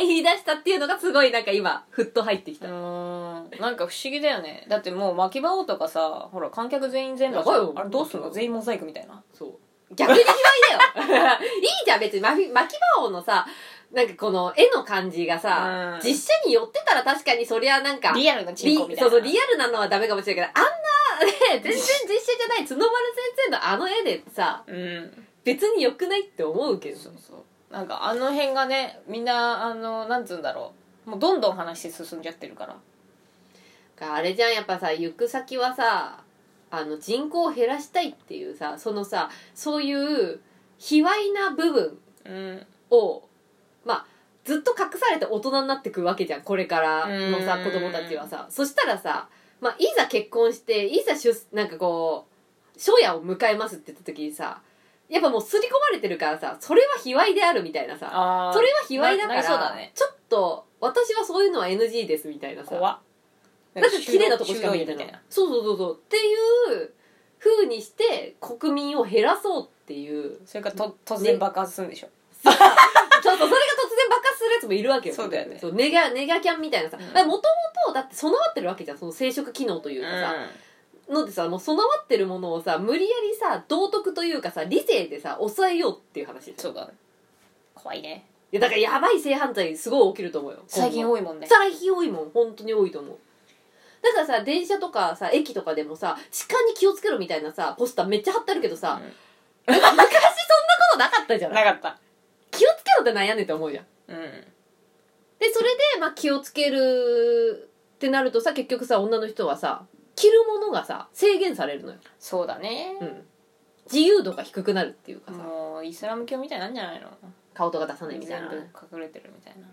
B: 言い出したっていうのがすごいなんか今、ふっと入ってきた。
A: うーんなんか不思議だよねだってもう巻き場王とかさほら観客全員全裸じ
B: やばい
A: ゃ
B: よ
A: んあれどうすんの全員モザイクみたいな
B: そう。逆に卑猥 だよ。いいじゃん、別に。まき、巻き場王のさ、なんかこの絵の感じがさ
A: うん、
B: 実写に寄ってたら確かにそりゃなんか、
A: リアルなチンコみたい
B: そ
A: な
B: うそう、リアルなのはダメかもしれないけど、あんな、ね、全然実写じ ゃない、角丸先生のあの絵でさ、
A: うん
B: 別に良くないって思うけど
A: そう。そうなんかあの辺がねみんなあのなんつうんだろうもうどんどん話進んじゃってるから
B: かあれじゃんやっぱさ行く先はさあの人口を減らしたいっていうさそのさそういう卑猥な部分
A: うん
B: をまあずっと隠されて大人になってくわけじゃんこれからのさ
A: うん
B: 子供たちはさそしたらさ、まあ、いざ結婚していざ出なんかこう初夜を迎えますって言った時にさやっぱもう刷り込まれてるからさそれは卑猥であるみたいなさ
A: あ
B: それは卑猥だか
A: ななり
B: ら
A: そうだね
B: ちょっと私はそういうのは NG ですみたいなさ
A: 怖
B: だって綺麗なとこしか見えて
A: み
B: な
A: た
B: い
A: いな
B: そうそうそうそうっていう風にして国民を減らそうっていう
A: それからと突然爆発するんでしょ、
B: ちょっとそれが突然爆発するやつもいるわけよ
A: そうだよね
B: そうネガネガキャンみたいなさ
A: うん
B: もともとだって備わってるわけじゃんその生殖機能というかさ、のでさもう備わってるものをさ無理やりさ道徳というかさ理性でさ抑えようっていう話でしょ
A: そうだね怖いね
B: いやだからやばい性犯罪すごい起きると思うよ
A: 最近
B: 今後
A: 多いもんね
B: 最近多いもん本当に多いと思うだからさ電車とかさ駅とかでもさ鹿に気をつけろみたいなさポスターめっちゃ貼ってあるけどさ、
A: う
B: 昔そんなことなかったじゃ
A: ん
B: ない
A: なかった
B: 気をつけろって悩んでて思うじゃん
A: うん
B: でそれで、まあ、気をつけるってなるとさ結局さ女の人はさ着るものがさ制限されるのよ、
A: そうだね
B: うん、自由度が低くなるっていうかさ、
A: もうイスラム教みたいなんじゃないの
B: 顔とか出さないみたい
A: 全
B: な
A: 部隠れてるみたいな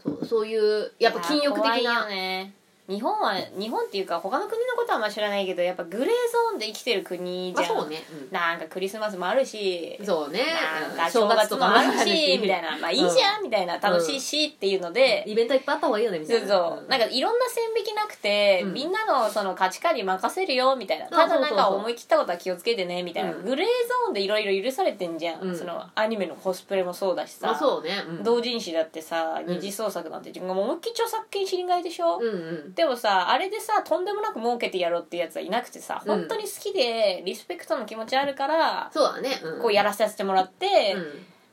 B: そうそういうやっぱ禁欲
A: いや怖
B: 的
A: いよ
B: な、
A: ね日本は日本っていうか他の国のことはあんま知らないけどやっぱグレーゾーンで生きてる国
B: ま
A: じ
B: あ
A: ゃん、
B: そうね、うん
A: なんかクリスマスもあるし
B: そうね
A: なん
B: うん
A: か正月もあるしみたいなまあいいじゃんみたいな楽しいしっていうので、
B: イベントいっぱいあった方がいいよねみた
A: そ
B: いうな
A: そうなんかいろんな線引きなくて、
B: うん
A: みんなのその価値観に任せるよみたいな
B: そうそう
A: た
B: そうそ
A: だ
B: う
A: なんか思い切ったことは気をつけてねみたいな、
B: うん
A: グレーゾーンでいろいろ許されてんじゃん、
B: うん
A: そのアニメのコスプレもそうだしさ、
B: まあそうね、うん、
A: 同人誌だってさ二次創作なんて自分が思いっきり著作権侵害でしょ、
B: うんうん
A: でもさあれでさとんでもなく儲けてやろうっていうやつはいなくてさ
B: うん
A: 本当に好きでリスペクトの気持ちあるから、
B: そうだね、うん、
A: こうやらさせてもらって、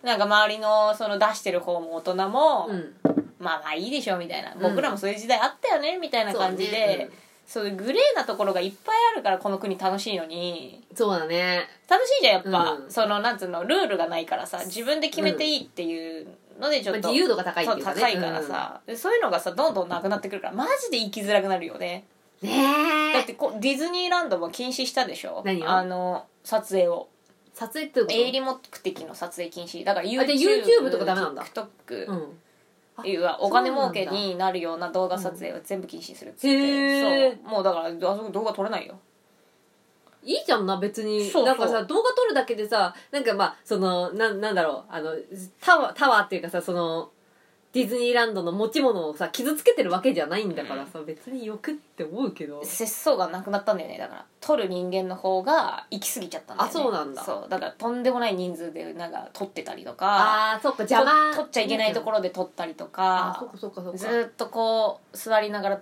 B: う
A: なんか周りのその出してる方も大人も、
B: ん、うん、
A: まあまあいいでしょみたいな
B: うん
A: 僕らもそういう時代あったよねみたいな感じで、
B: そ
A: そ
B: う,、ね
A: ういうグレーなところがいっぱいあるからこの国楽しいのに
B: うん、そうだね
A: 楽しいじゃんやっぱ、
B: うん
A: そのなんつうのルールがないからさ自分で決めていいっていうのでち
B: ま
A: ょ
B: あ
A: っと、
B: 自由度が高いっ
A: そ
B: て
A: う
B: いうかね
A: 高いから、さ、でそういうのがさどんどんなくなってくるからマジで生きづらくなるよね
B: うんねえ
A: だってこディズニーランドも禁止したでしょ
B: 何を
A: あの撮影を
B: 撮影ってこと
A: 営利目的の撮影禁止だから YouTube,
B: あじゃあ YouTube とかダメなんだ
A: TikTok、
B: うん
A: っていうお金儲けになるような動画撮影を全部禁止するっつって、
B: うんへー
A: そうもうだからあそこ動画撮れないよ
B: いいじゃんな別に
A: そうそう
B: なんかさ動画撮るだけでさなんかまあそのななんだろうあのタワータワーっていうかさそのディズニーランドの持ち物をさ傷つけてるわけじゃないんだからさ、別によくって思うけど
A: 節操がなくなったんだよねだから撮る人間の方が行き過ぎちゃったんだよね
B: あそうなんだ
A: そうだからとんでもない人数でなんか撮ってたりとか
B: ああーそっか邪魔
A: と撮っちゃいけないところで撮ったりと
B: あーそ
A: か
B: っかそっかそっか
A: ずーっとこう座りながら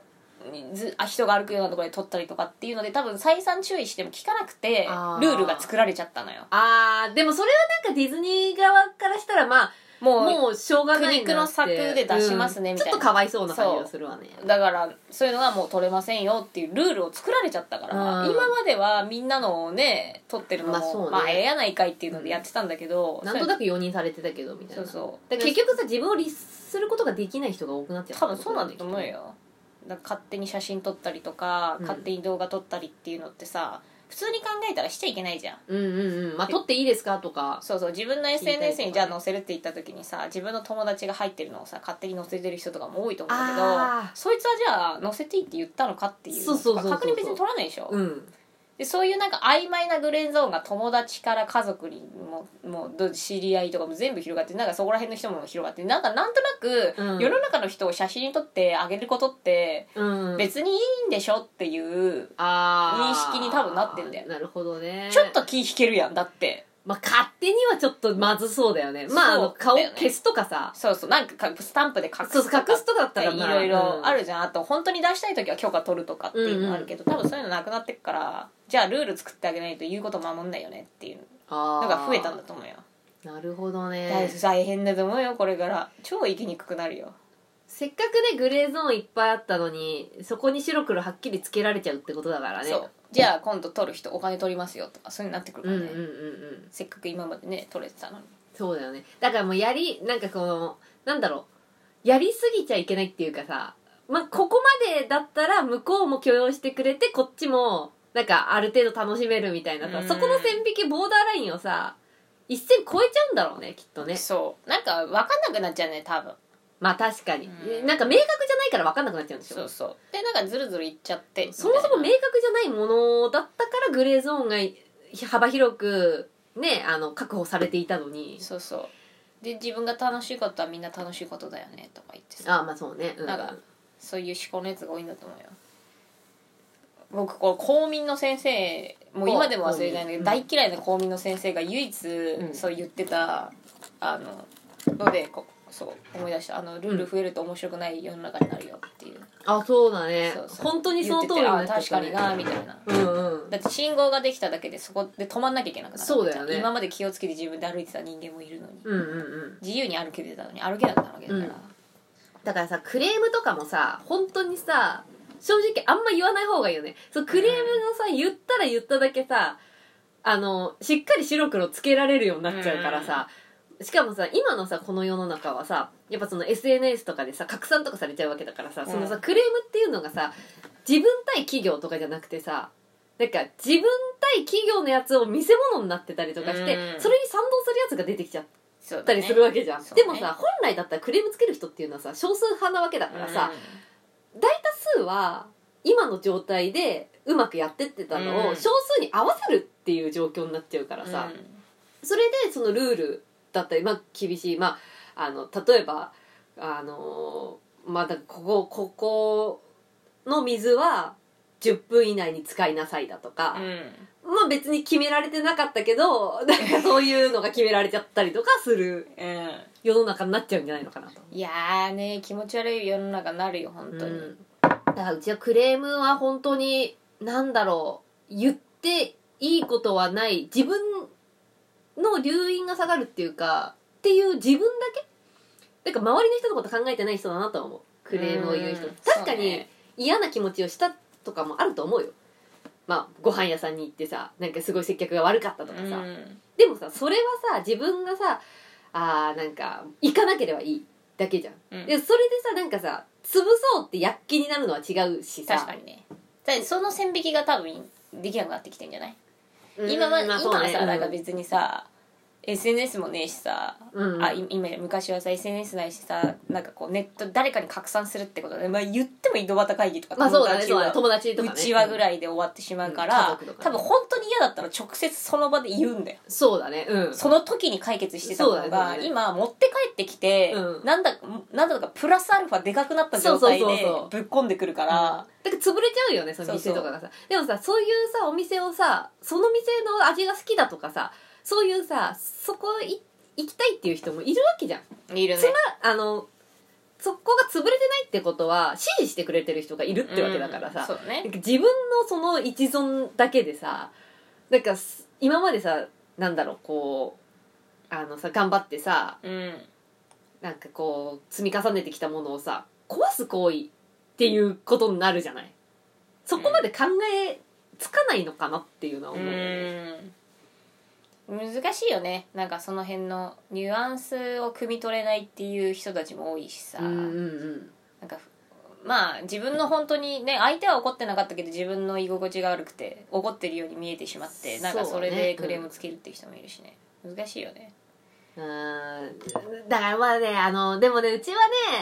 A: ずあ人が歩くようなところで撮ったりとかっていうので多分再三注意しても聞かなくて
B: あー
A: ルールが作られちゃったのよ
B: あーでもそれはなんかディズニー側からしたらまあ
A: もう
B: もうしょうがないなって
A: 苦肉の策で出しますね
B: うん
A: みたいな
B: ちょっとかわいそうな感じがするわね
A: だからそういうのがもう取れませんよっていうルールを作られちゃったから
B: うん
A: 今まではみんなのをね取ってるのも、
B: まあそうね
A: まあええやないかいっていうのでやってたんだけど、
B: なんとなく容認されてたけどみたい
A: そ
B: な
A: うそう
B: だから結局さ自分を律することができない人が多くなっちゃう
A: 多分そうなんだと思うよだから勝手に写真撮ったりとか、
B: うん
A: 勝手に動画撮ったりっていうのってさ普通に考えたらしちゃいけないじゃん
B: うんうんうんまあ撮っていいですかとか
A: そうそう自分の
B: いたりとかね
A: SNS にじゃあ載せるって言った時にさ自分の友達が入ってるのをさ勝手に載せてる人とかも多いと思うんだけ
B: あ
A: どそいつはじゃあ載せていいって言ったのかっていうのとか
B: そうそうそうそう
A: 確認別に取らないでしょ、
B: うん
A: でそういうなんか曖昧なグレーゾーンが友達から家族にももうど知り合いとかも全部広がってなんかそこら辺の人も広がってなんかなんとな
B: うん
A: く世の中の人を写真に撮ってあげることって
B: うん
A: 別にいいんでしょっていう
B: あ
A: 認
B: ー
A: 識に多分なってんだよ
B: なるほどね
A: ちょっと気引けるやんだって
B: まあ勝手にはちょっとまずそうだよねまああの
A: そう
B: 顔
A: だよね
B: 消すとかさ
A: そうそうなんかかスタンプで隠
B: そう
A: す
B: そう
A: とか
B: 隠すとかだっ
A: ったて
B: ら
A: い
B: ま
A: ろいろあ
B: る
A: るじゃんあと本当に出したい時は許可取るとかっていうのもあるけど多分そういうのなくなってくからじゃあルール作ってあげないと言うこと守んないよねっていう
B: な
A: のが増えたんだと思うよ
B: なるほどね
A: 大大変だと思うよこれから超生きにくくなるよ
B: せっかくねグレーゾーンいっぱいあったのにそこに白黒はっきりつけられちゃうってことだからね
A: そうじゃあ今度取る人お金取りますよとかそういうのになってくる
B: う
A: か
B: ん
A: ら
B: うん
A: ね、
B: うんうん
A: せっかく今までね取れてたのに
B: そうだよねだからもうやりなんかこのなんだろうやりすぎちゃいけないっていうかさまあここまでだったら向こうも許容してくれてこっちもなんかある程度楽しめるみたいなさ、
A: うん
B: そこの線引きボーダーラインをさ一線超えちゃうんだろうねきっとね
A: そうなんか分かんなくなっちゃうね多分
B: まあ確かに、
A: うん
B: なんか明確じゃないから分かんなくなっちゃうんでしょ
A: そうそうでなんかズルズルいっちゃって
B: そもそも
A: み
B: 明確じゃないものだったからグレーゾーンが幅広くねあの確保されていた
A: た
B: の
A: い
B: に
A: なそうそうで自分が楽しいことはみんな楽しいことだよねとか言ってさ
B: ああまあそうね、うん、
A: なんかそういう思考のやつが多いんだと思うよ僕こう公民の先生もう今でも忘れないんだけど
B: 公民
A: 大嫌いな公民の先生が唯一
B: ん
A: そう言ってたあののでこそう思い出したあのルール増えると面白くない世の中になるよっていう
B: あそうだね
A: そうそう
B: 本当にその通りに
A: 言
B: な
A: っ
B: ってち
A: て
B: ゃ
A: あ
B: っ
A: 確か
B: た
A: にな
B: ね
A: みたいな
B: うんうん
A: だって信号ができただけでそこで止まんなきゃいけなくなる
B: そうだよね
A: 今まで気をつけて自分で歩いてた人間もいるのに
B: うんうんうん
A: 自由に歩けてたのに歩けなくなるわけだから、
B: うんだからさクレームとかもさ本当にさ正直あんま言わない方がいいよねそうクレームのさ言ったら言っただけさあのしっかり白黒つけられるようになっちゃうからさ、しかもさ今のさこの世の中はさやっぱその SNS とかでさ拡散とかされちゃうわけだからさそのさ、
A: うん
B: クレームっていうのがさ自分対企業とかじゃなくてさなんか自分い企業のやつを見せ物になってたりとかして、
A: うん
B: それに賛同するやつが出てきちゃ
A: そう
B: ったりするわけじゃん、
A: そうね
B: でもさ本来だったらクレームつける人っていうのはさ少数派なわけだからさ、大多数は今の状態でうまくやってってたの
A: う
B: を
A: ん
B: 少数に合わせるっていう状況になっちゃうからさ、それでそのルールだったり、まあ、厳しい、まあ、あの例えばあのまあだここここの水は10分以内に使いなさいだとか、まあ別に決められてなかったけどなんかそういうのが決められちゃったりとかする世の中になっちゃうんじゃないのかなと。
A: いやーね気持ち悪い世の中になるよ本当に、
B: うんだからうちはクレームは本当になんだろう言っていいことはない自分の留飲が下がるっていうかっていう自分だけなんか周りの人のこと考えてない人だなとは思うクレームを言う人
A: うん
B: 確か
A: そう
B: に
A: ね
B: 嫌な気持ちをしたとかもあると思うよまあご飯屋さんに行ってさなんかすごい接客が悪かったとかさ、
A: うん
B: でもさそれはさ自分がさあーなんか行かなければいいだけじゃん
A: うん
B: でそれでさなんかさ潰そうって躍起になるのは違うしさ
A: 確かにねだってその線引きが多分できなくなってきてんじゃない
B: うん
A: 今は、
B: まあ
A: 今
B: そう
A: は
B: ね
A: さ、
B: うん
A: なんか別にさ SNS もねえしさ、
B: うん
A: あい今昔はさ SNS ないしさなんかこうネット誰かに拡散するってことで、まあ、言っても井戸端会議とか
B: まあそうだね
A: 友達
B: そう
A: は
B: だね友達と
A: う
B: かね
A: ちわぐ
B: い、
A: らいで終わってしまうか
B: うん家
A: ら、
B: 族とかね
A: 多分本当に嫌だったら直接その場で言うんだよ、
B: うんそうだねうん
A: その時に解決してたも
B: そ
A: の
B: うだね
A: が、
B: そうだね
A: 今持って帰ってきて、
B: うん
A: なんだなんだかプラスアルファでかくなった状態で
B: そうそうそうそう
A: ぶっ込んでくるから、
B: だから潰れちゃうよねその店とかがさでもさそういうさお店をさその店の味が好きだとかさそういうさそこい行きたいっていう人もいるわけじゃん
A: いるね
B: つあのそこが潰れてないってことは支持してくれてる人がいるってわけだからさ、
A: うんそうだ
B: なん
A: ね
B: か自分のその一存だけでさなんかす今までさなんだろうこうあのさ頑張ってさ
A: うん
B: なんかこう積み重ねてきたものをさ壊す行為っていうことになるじゃないそこまで考えつかないのかなっていうのは
A: う
B: 思う、
A: ん難しいよねなんかその辺のニュアンスを汲み取れないっていう人たちも多いしさ、
B: うんうん
A: なんかふまあ自分の本当にね相手は怒ってなかったけど自分の居心地が悪くて怒ってるように見えてしまってなんか
B: そ
A: そう
B: ね
A: れでクレームつけるっていう人もいるしね、難しいよね
B: うーんだからまあねあのでもねうちは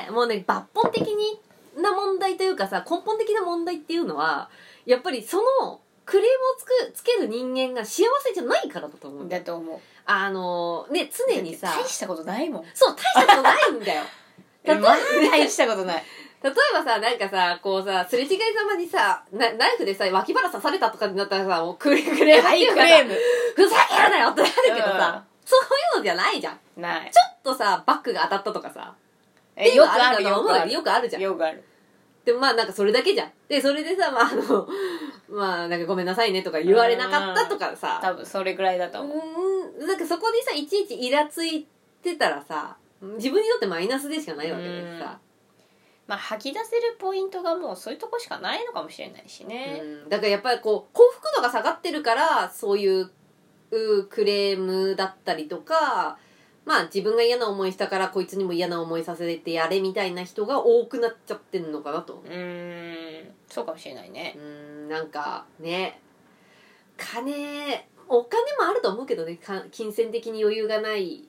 B: ねもうね抜本的にな問題というかさ根本的な問題っていうのはやっぱりそのクレームをつくつける人間が幸せじゃないからだと思うんだよ
A: だと思う
B: あのね常にさ
A: 大したことないもん
B: そう大したことないんだよ例えば
A: まあ大したこと ない
B: 例えばさなんかさこうさすれ違いざまにさなナイフでさ脇腹刺されたとかになったらさもうクレクレームっ
A: は
B: て
A: い
B: いう
A: ク
B: かさ
A: レーム
B: ふざけるなよってなるけどさ、そういうのじゃないじゃんちょ
A: ない
B: っとさバッグが当たったとかさ
A: えよくあるよ
B: よ
A: く
B: く
A: あ
B: あ
A: る
B: る
A: よ
B: よくあるじゃん
A: くある
B: でもまあなんかそれだけじゃんでそれでさまああの まあなんかごめんなさいねとか言われなかったとかさ
A: 多分それぐらいだと
B: う
A: 思う
B: ーんなんかそこにさいちいちイラついてたらさ自分にとってマイナスでしかないわけでさ
A: まあ吐き出せるポイントがもうそういうとこしかないのかもしれないしね
B: うんだからやっぱりこう幸福度が下がってるからそういううクレームだったりとかまあ自分が嫌な思いしたからこいつにも嫌な思いさせてやれみたいな人が多くなっちゃってんのかなと
A: うーんそうかもしれないね
B: うーんなんかね金お金もあると思うけどねか金銭的に余裕がない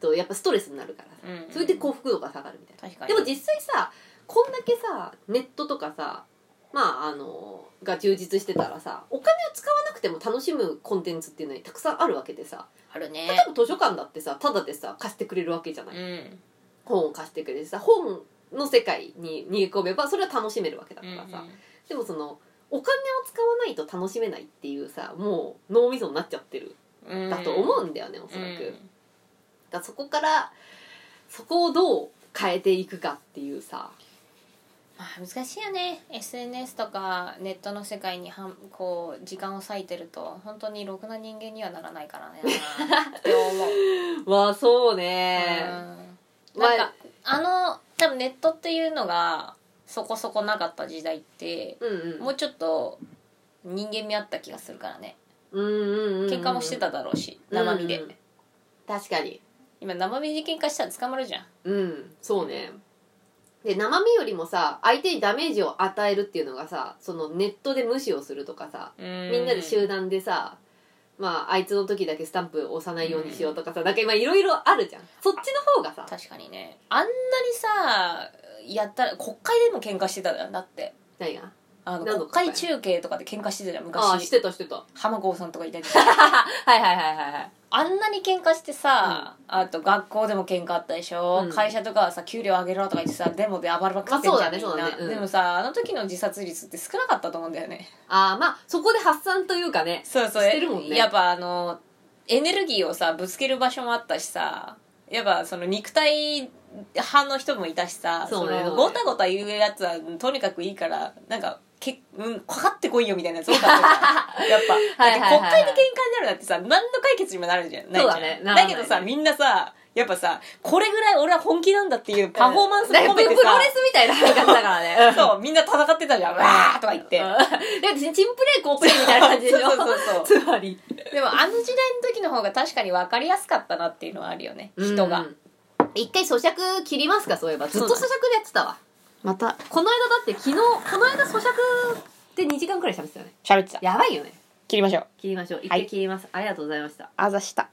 B: とやっぱストレスになるからさ
A: うん
B: それで幸福度が下がるみたい
A: 確か
B: な
A: に
B: でも実際さこんだけさネットとかさまああのが充実してたらさお金を使わなくても楽しむコンテンツっていうのにたくさんあるわけでさ
A: ある
B: 例
A: ね
B: えば図書館だってさただでさ貸してくれるわけじゃない、
A: うん
B: 本を貸してくれてさ本の世界に逃げ込めばそれは楽しめるわけだからさ、でもそのお金を使わないと楽しめないっていうさもう脳みそになっちゃってる
A: うん
B: だと思うんだよね、おそらく、
A: うん
B: だからそこからそこをどう変えていくかっていうさ
A: まあ、難しいよね SNS とかネットの世界にはんこう時間を割いてると本当にろくな人間にはならないから ねって思う、
B: わあそうね
A: うんなん
B: ま
A: かあの多分ネットっていうのがそこそこなかった時代って
B: うんうん
A: もうちょっと人間味あった気がするからね
B: うんうんうん
A: 喧嘩もしてただろうし生身で、
B: うんうん確かに
A: 今生身で喧嘩したら捕まるじゃん
B: うんそうねで生身よりもさ相手にダメージを与えるっていうのがさそのネットで無視をするとかさみんなで集団でさまああいつの時だけスタンプ押さないようにしようとかさ、なんか今いろいろあるじゃんそっちの方がさ
A: 確かにねあんなにさやったら国会でも喧嘩してたじゃんだって
B: 何が
A: あの
B: 何の
A: 国会中継とかで喧嘩してたじゃん
B: ああ
A: 昔
B: して たしてたは
A: 浜郷さんとかいたりと
B: い
A: か
B: はいはいはいはい
A: あんなに喧嘩してさ、あと学校でも喧嘩あったでしょ、
B: うん
A: 会社とかはさ給料上げろとか言ってさデモで暴れまくってんじゃん、
B: まあそうだね
A: みんな
B: そうだねうん
A: でもさあの時の自殺率って少なかったと思うんだよね
B: ああまあそこで発散というかね
A: そうそう
B: してるもんね
A: やっぱあのエネルギーをさぶつける場所もあったしさやっぱその肉体派の人もいたしさ
B: そうね
A: の
B: そうね
A: ゴタゴタ言うやつはとにかくいいからなんかけ、うん、かかってこいよみたいなやつ多か ったからやっぱ
B: はいはいはいはい
A: だって国会で喧嘩になるなんてさ何の解決にもなるじゃんないじゃん
B: そうだねな
A: だ
B: らない
A: けどさみんなさやっぱさこれぐらい俺は本気なんだっていうパフォーマンス
B: だい
A: 込
B: ぶ
A: めて
B: プ
A: さ
B: ロレスみたいな感じだったからね
A: そうみんな戦ってたじゃんわーとか言って
B: うんでチンプレイコープレイみたいな感じでし ょ
A: そうそうそう
B: つまり
A: でもあの時代の時の方が確かに分かりやすかったなっていうのはあるよね人が、
B: うん一回咀嚼切りますかそういえばずっと咀嚼でやってたわ
A: また
B: この間だって昨日この間咀嚼って2時間くらい喋ってたよね
A: 喋ってた
B: やばいよね
A: 切りましょう
B: 切りましょう一
A: は
B: 回
A: い
B: 切ります、ありがとうございました
A: あざした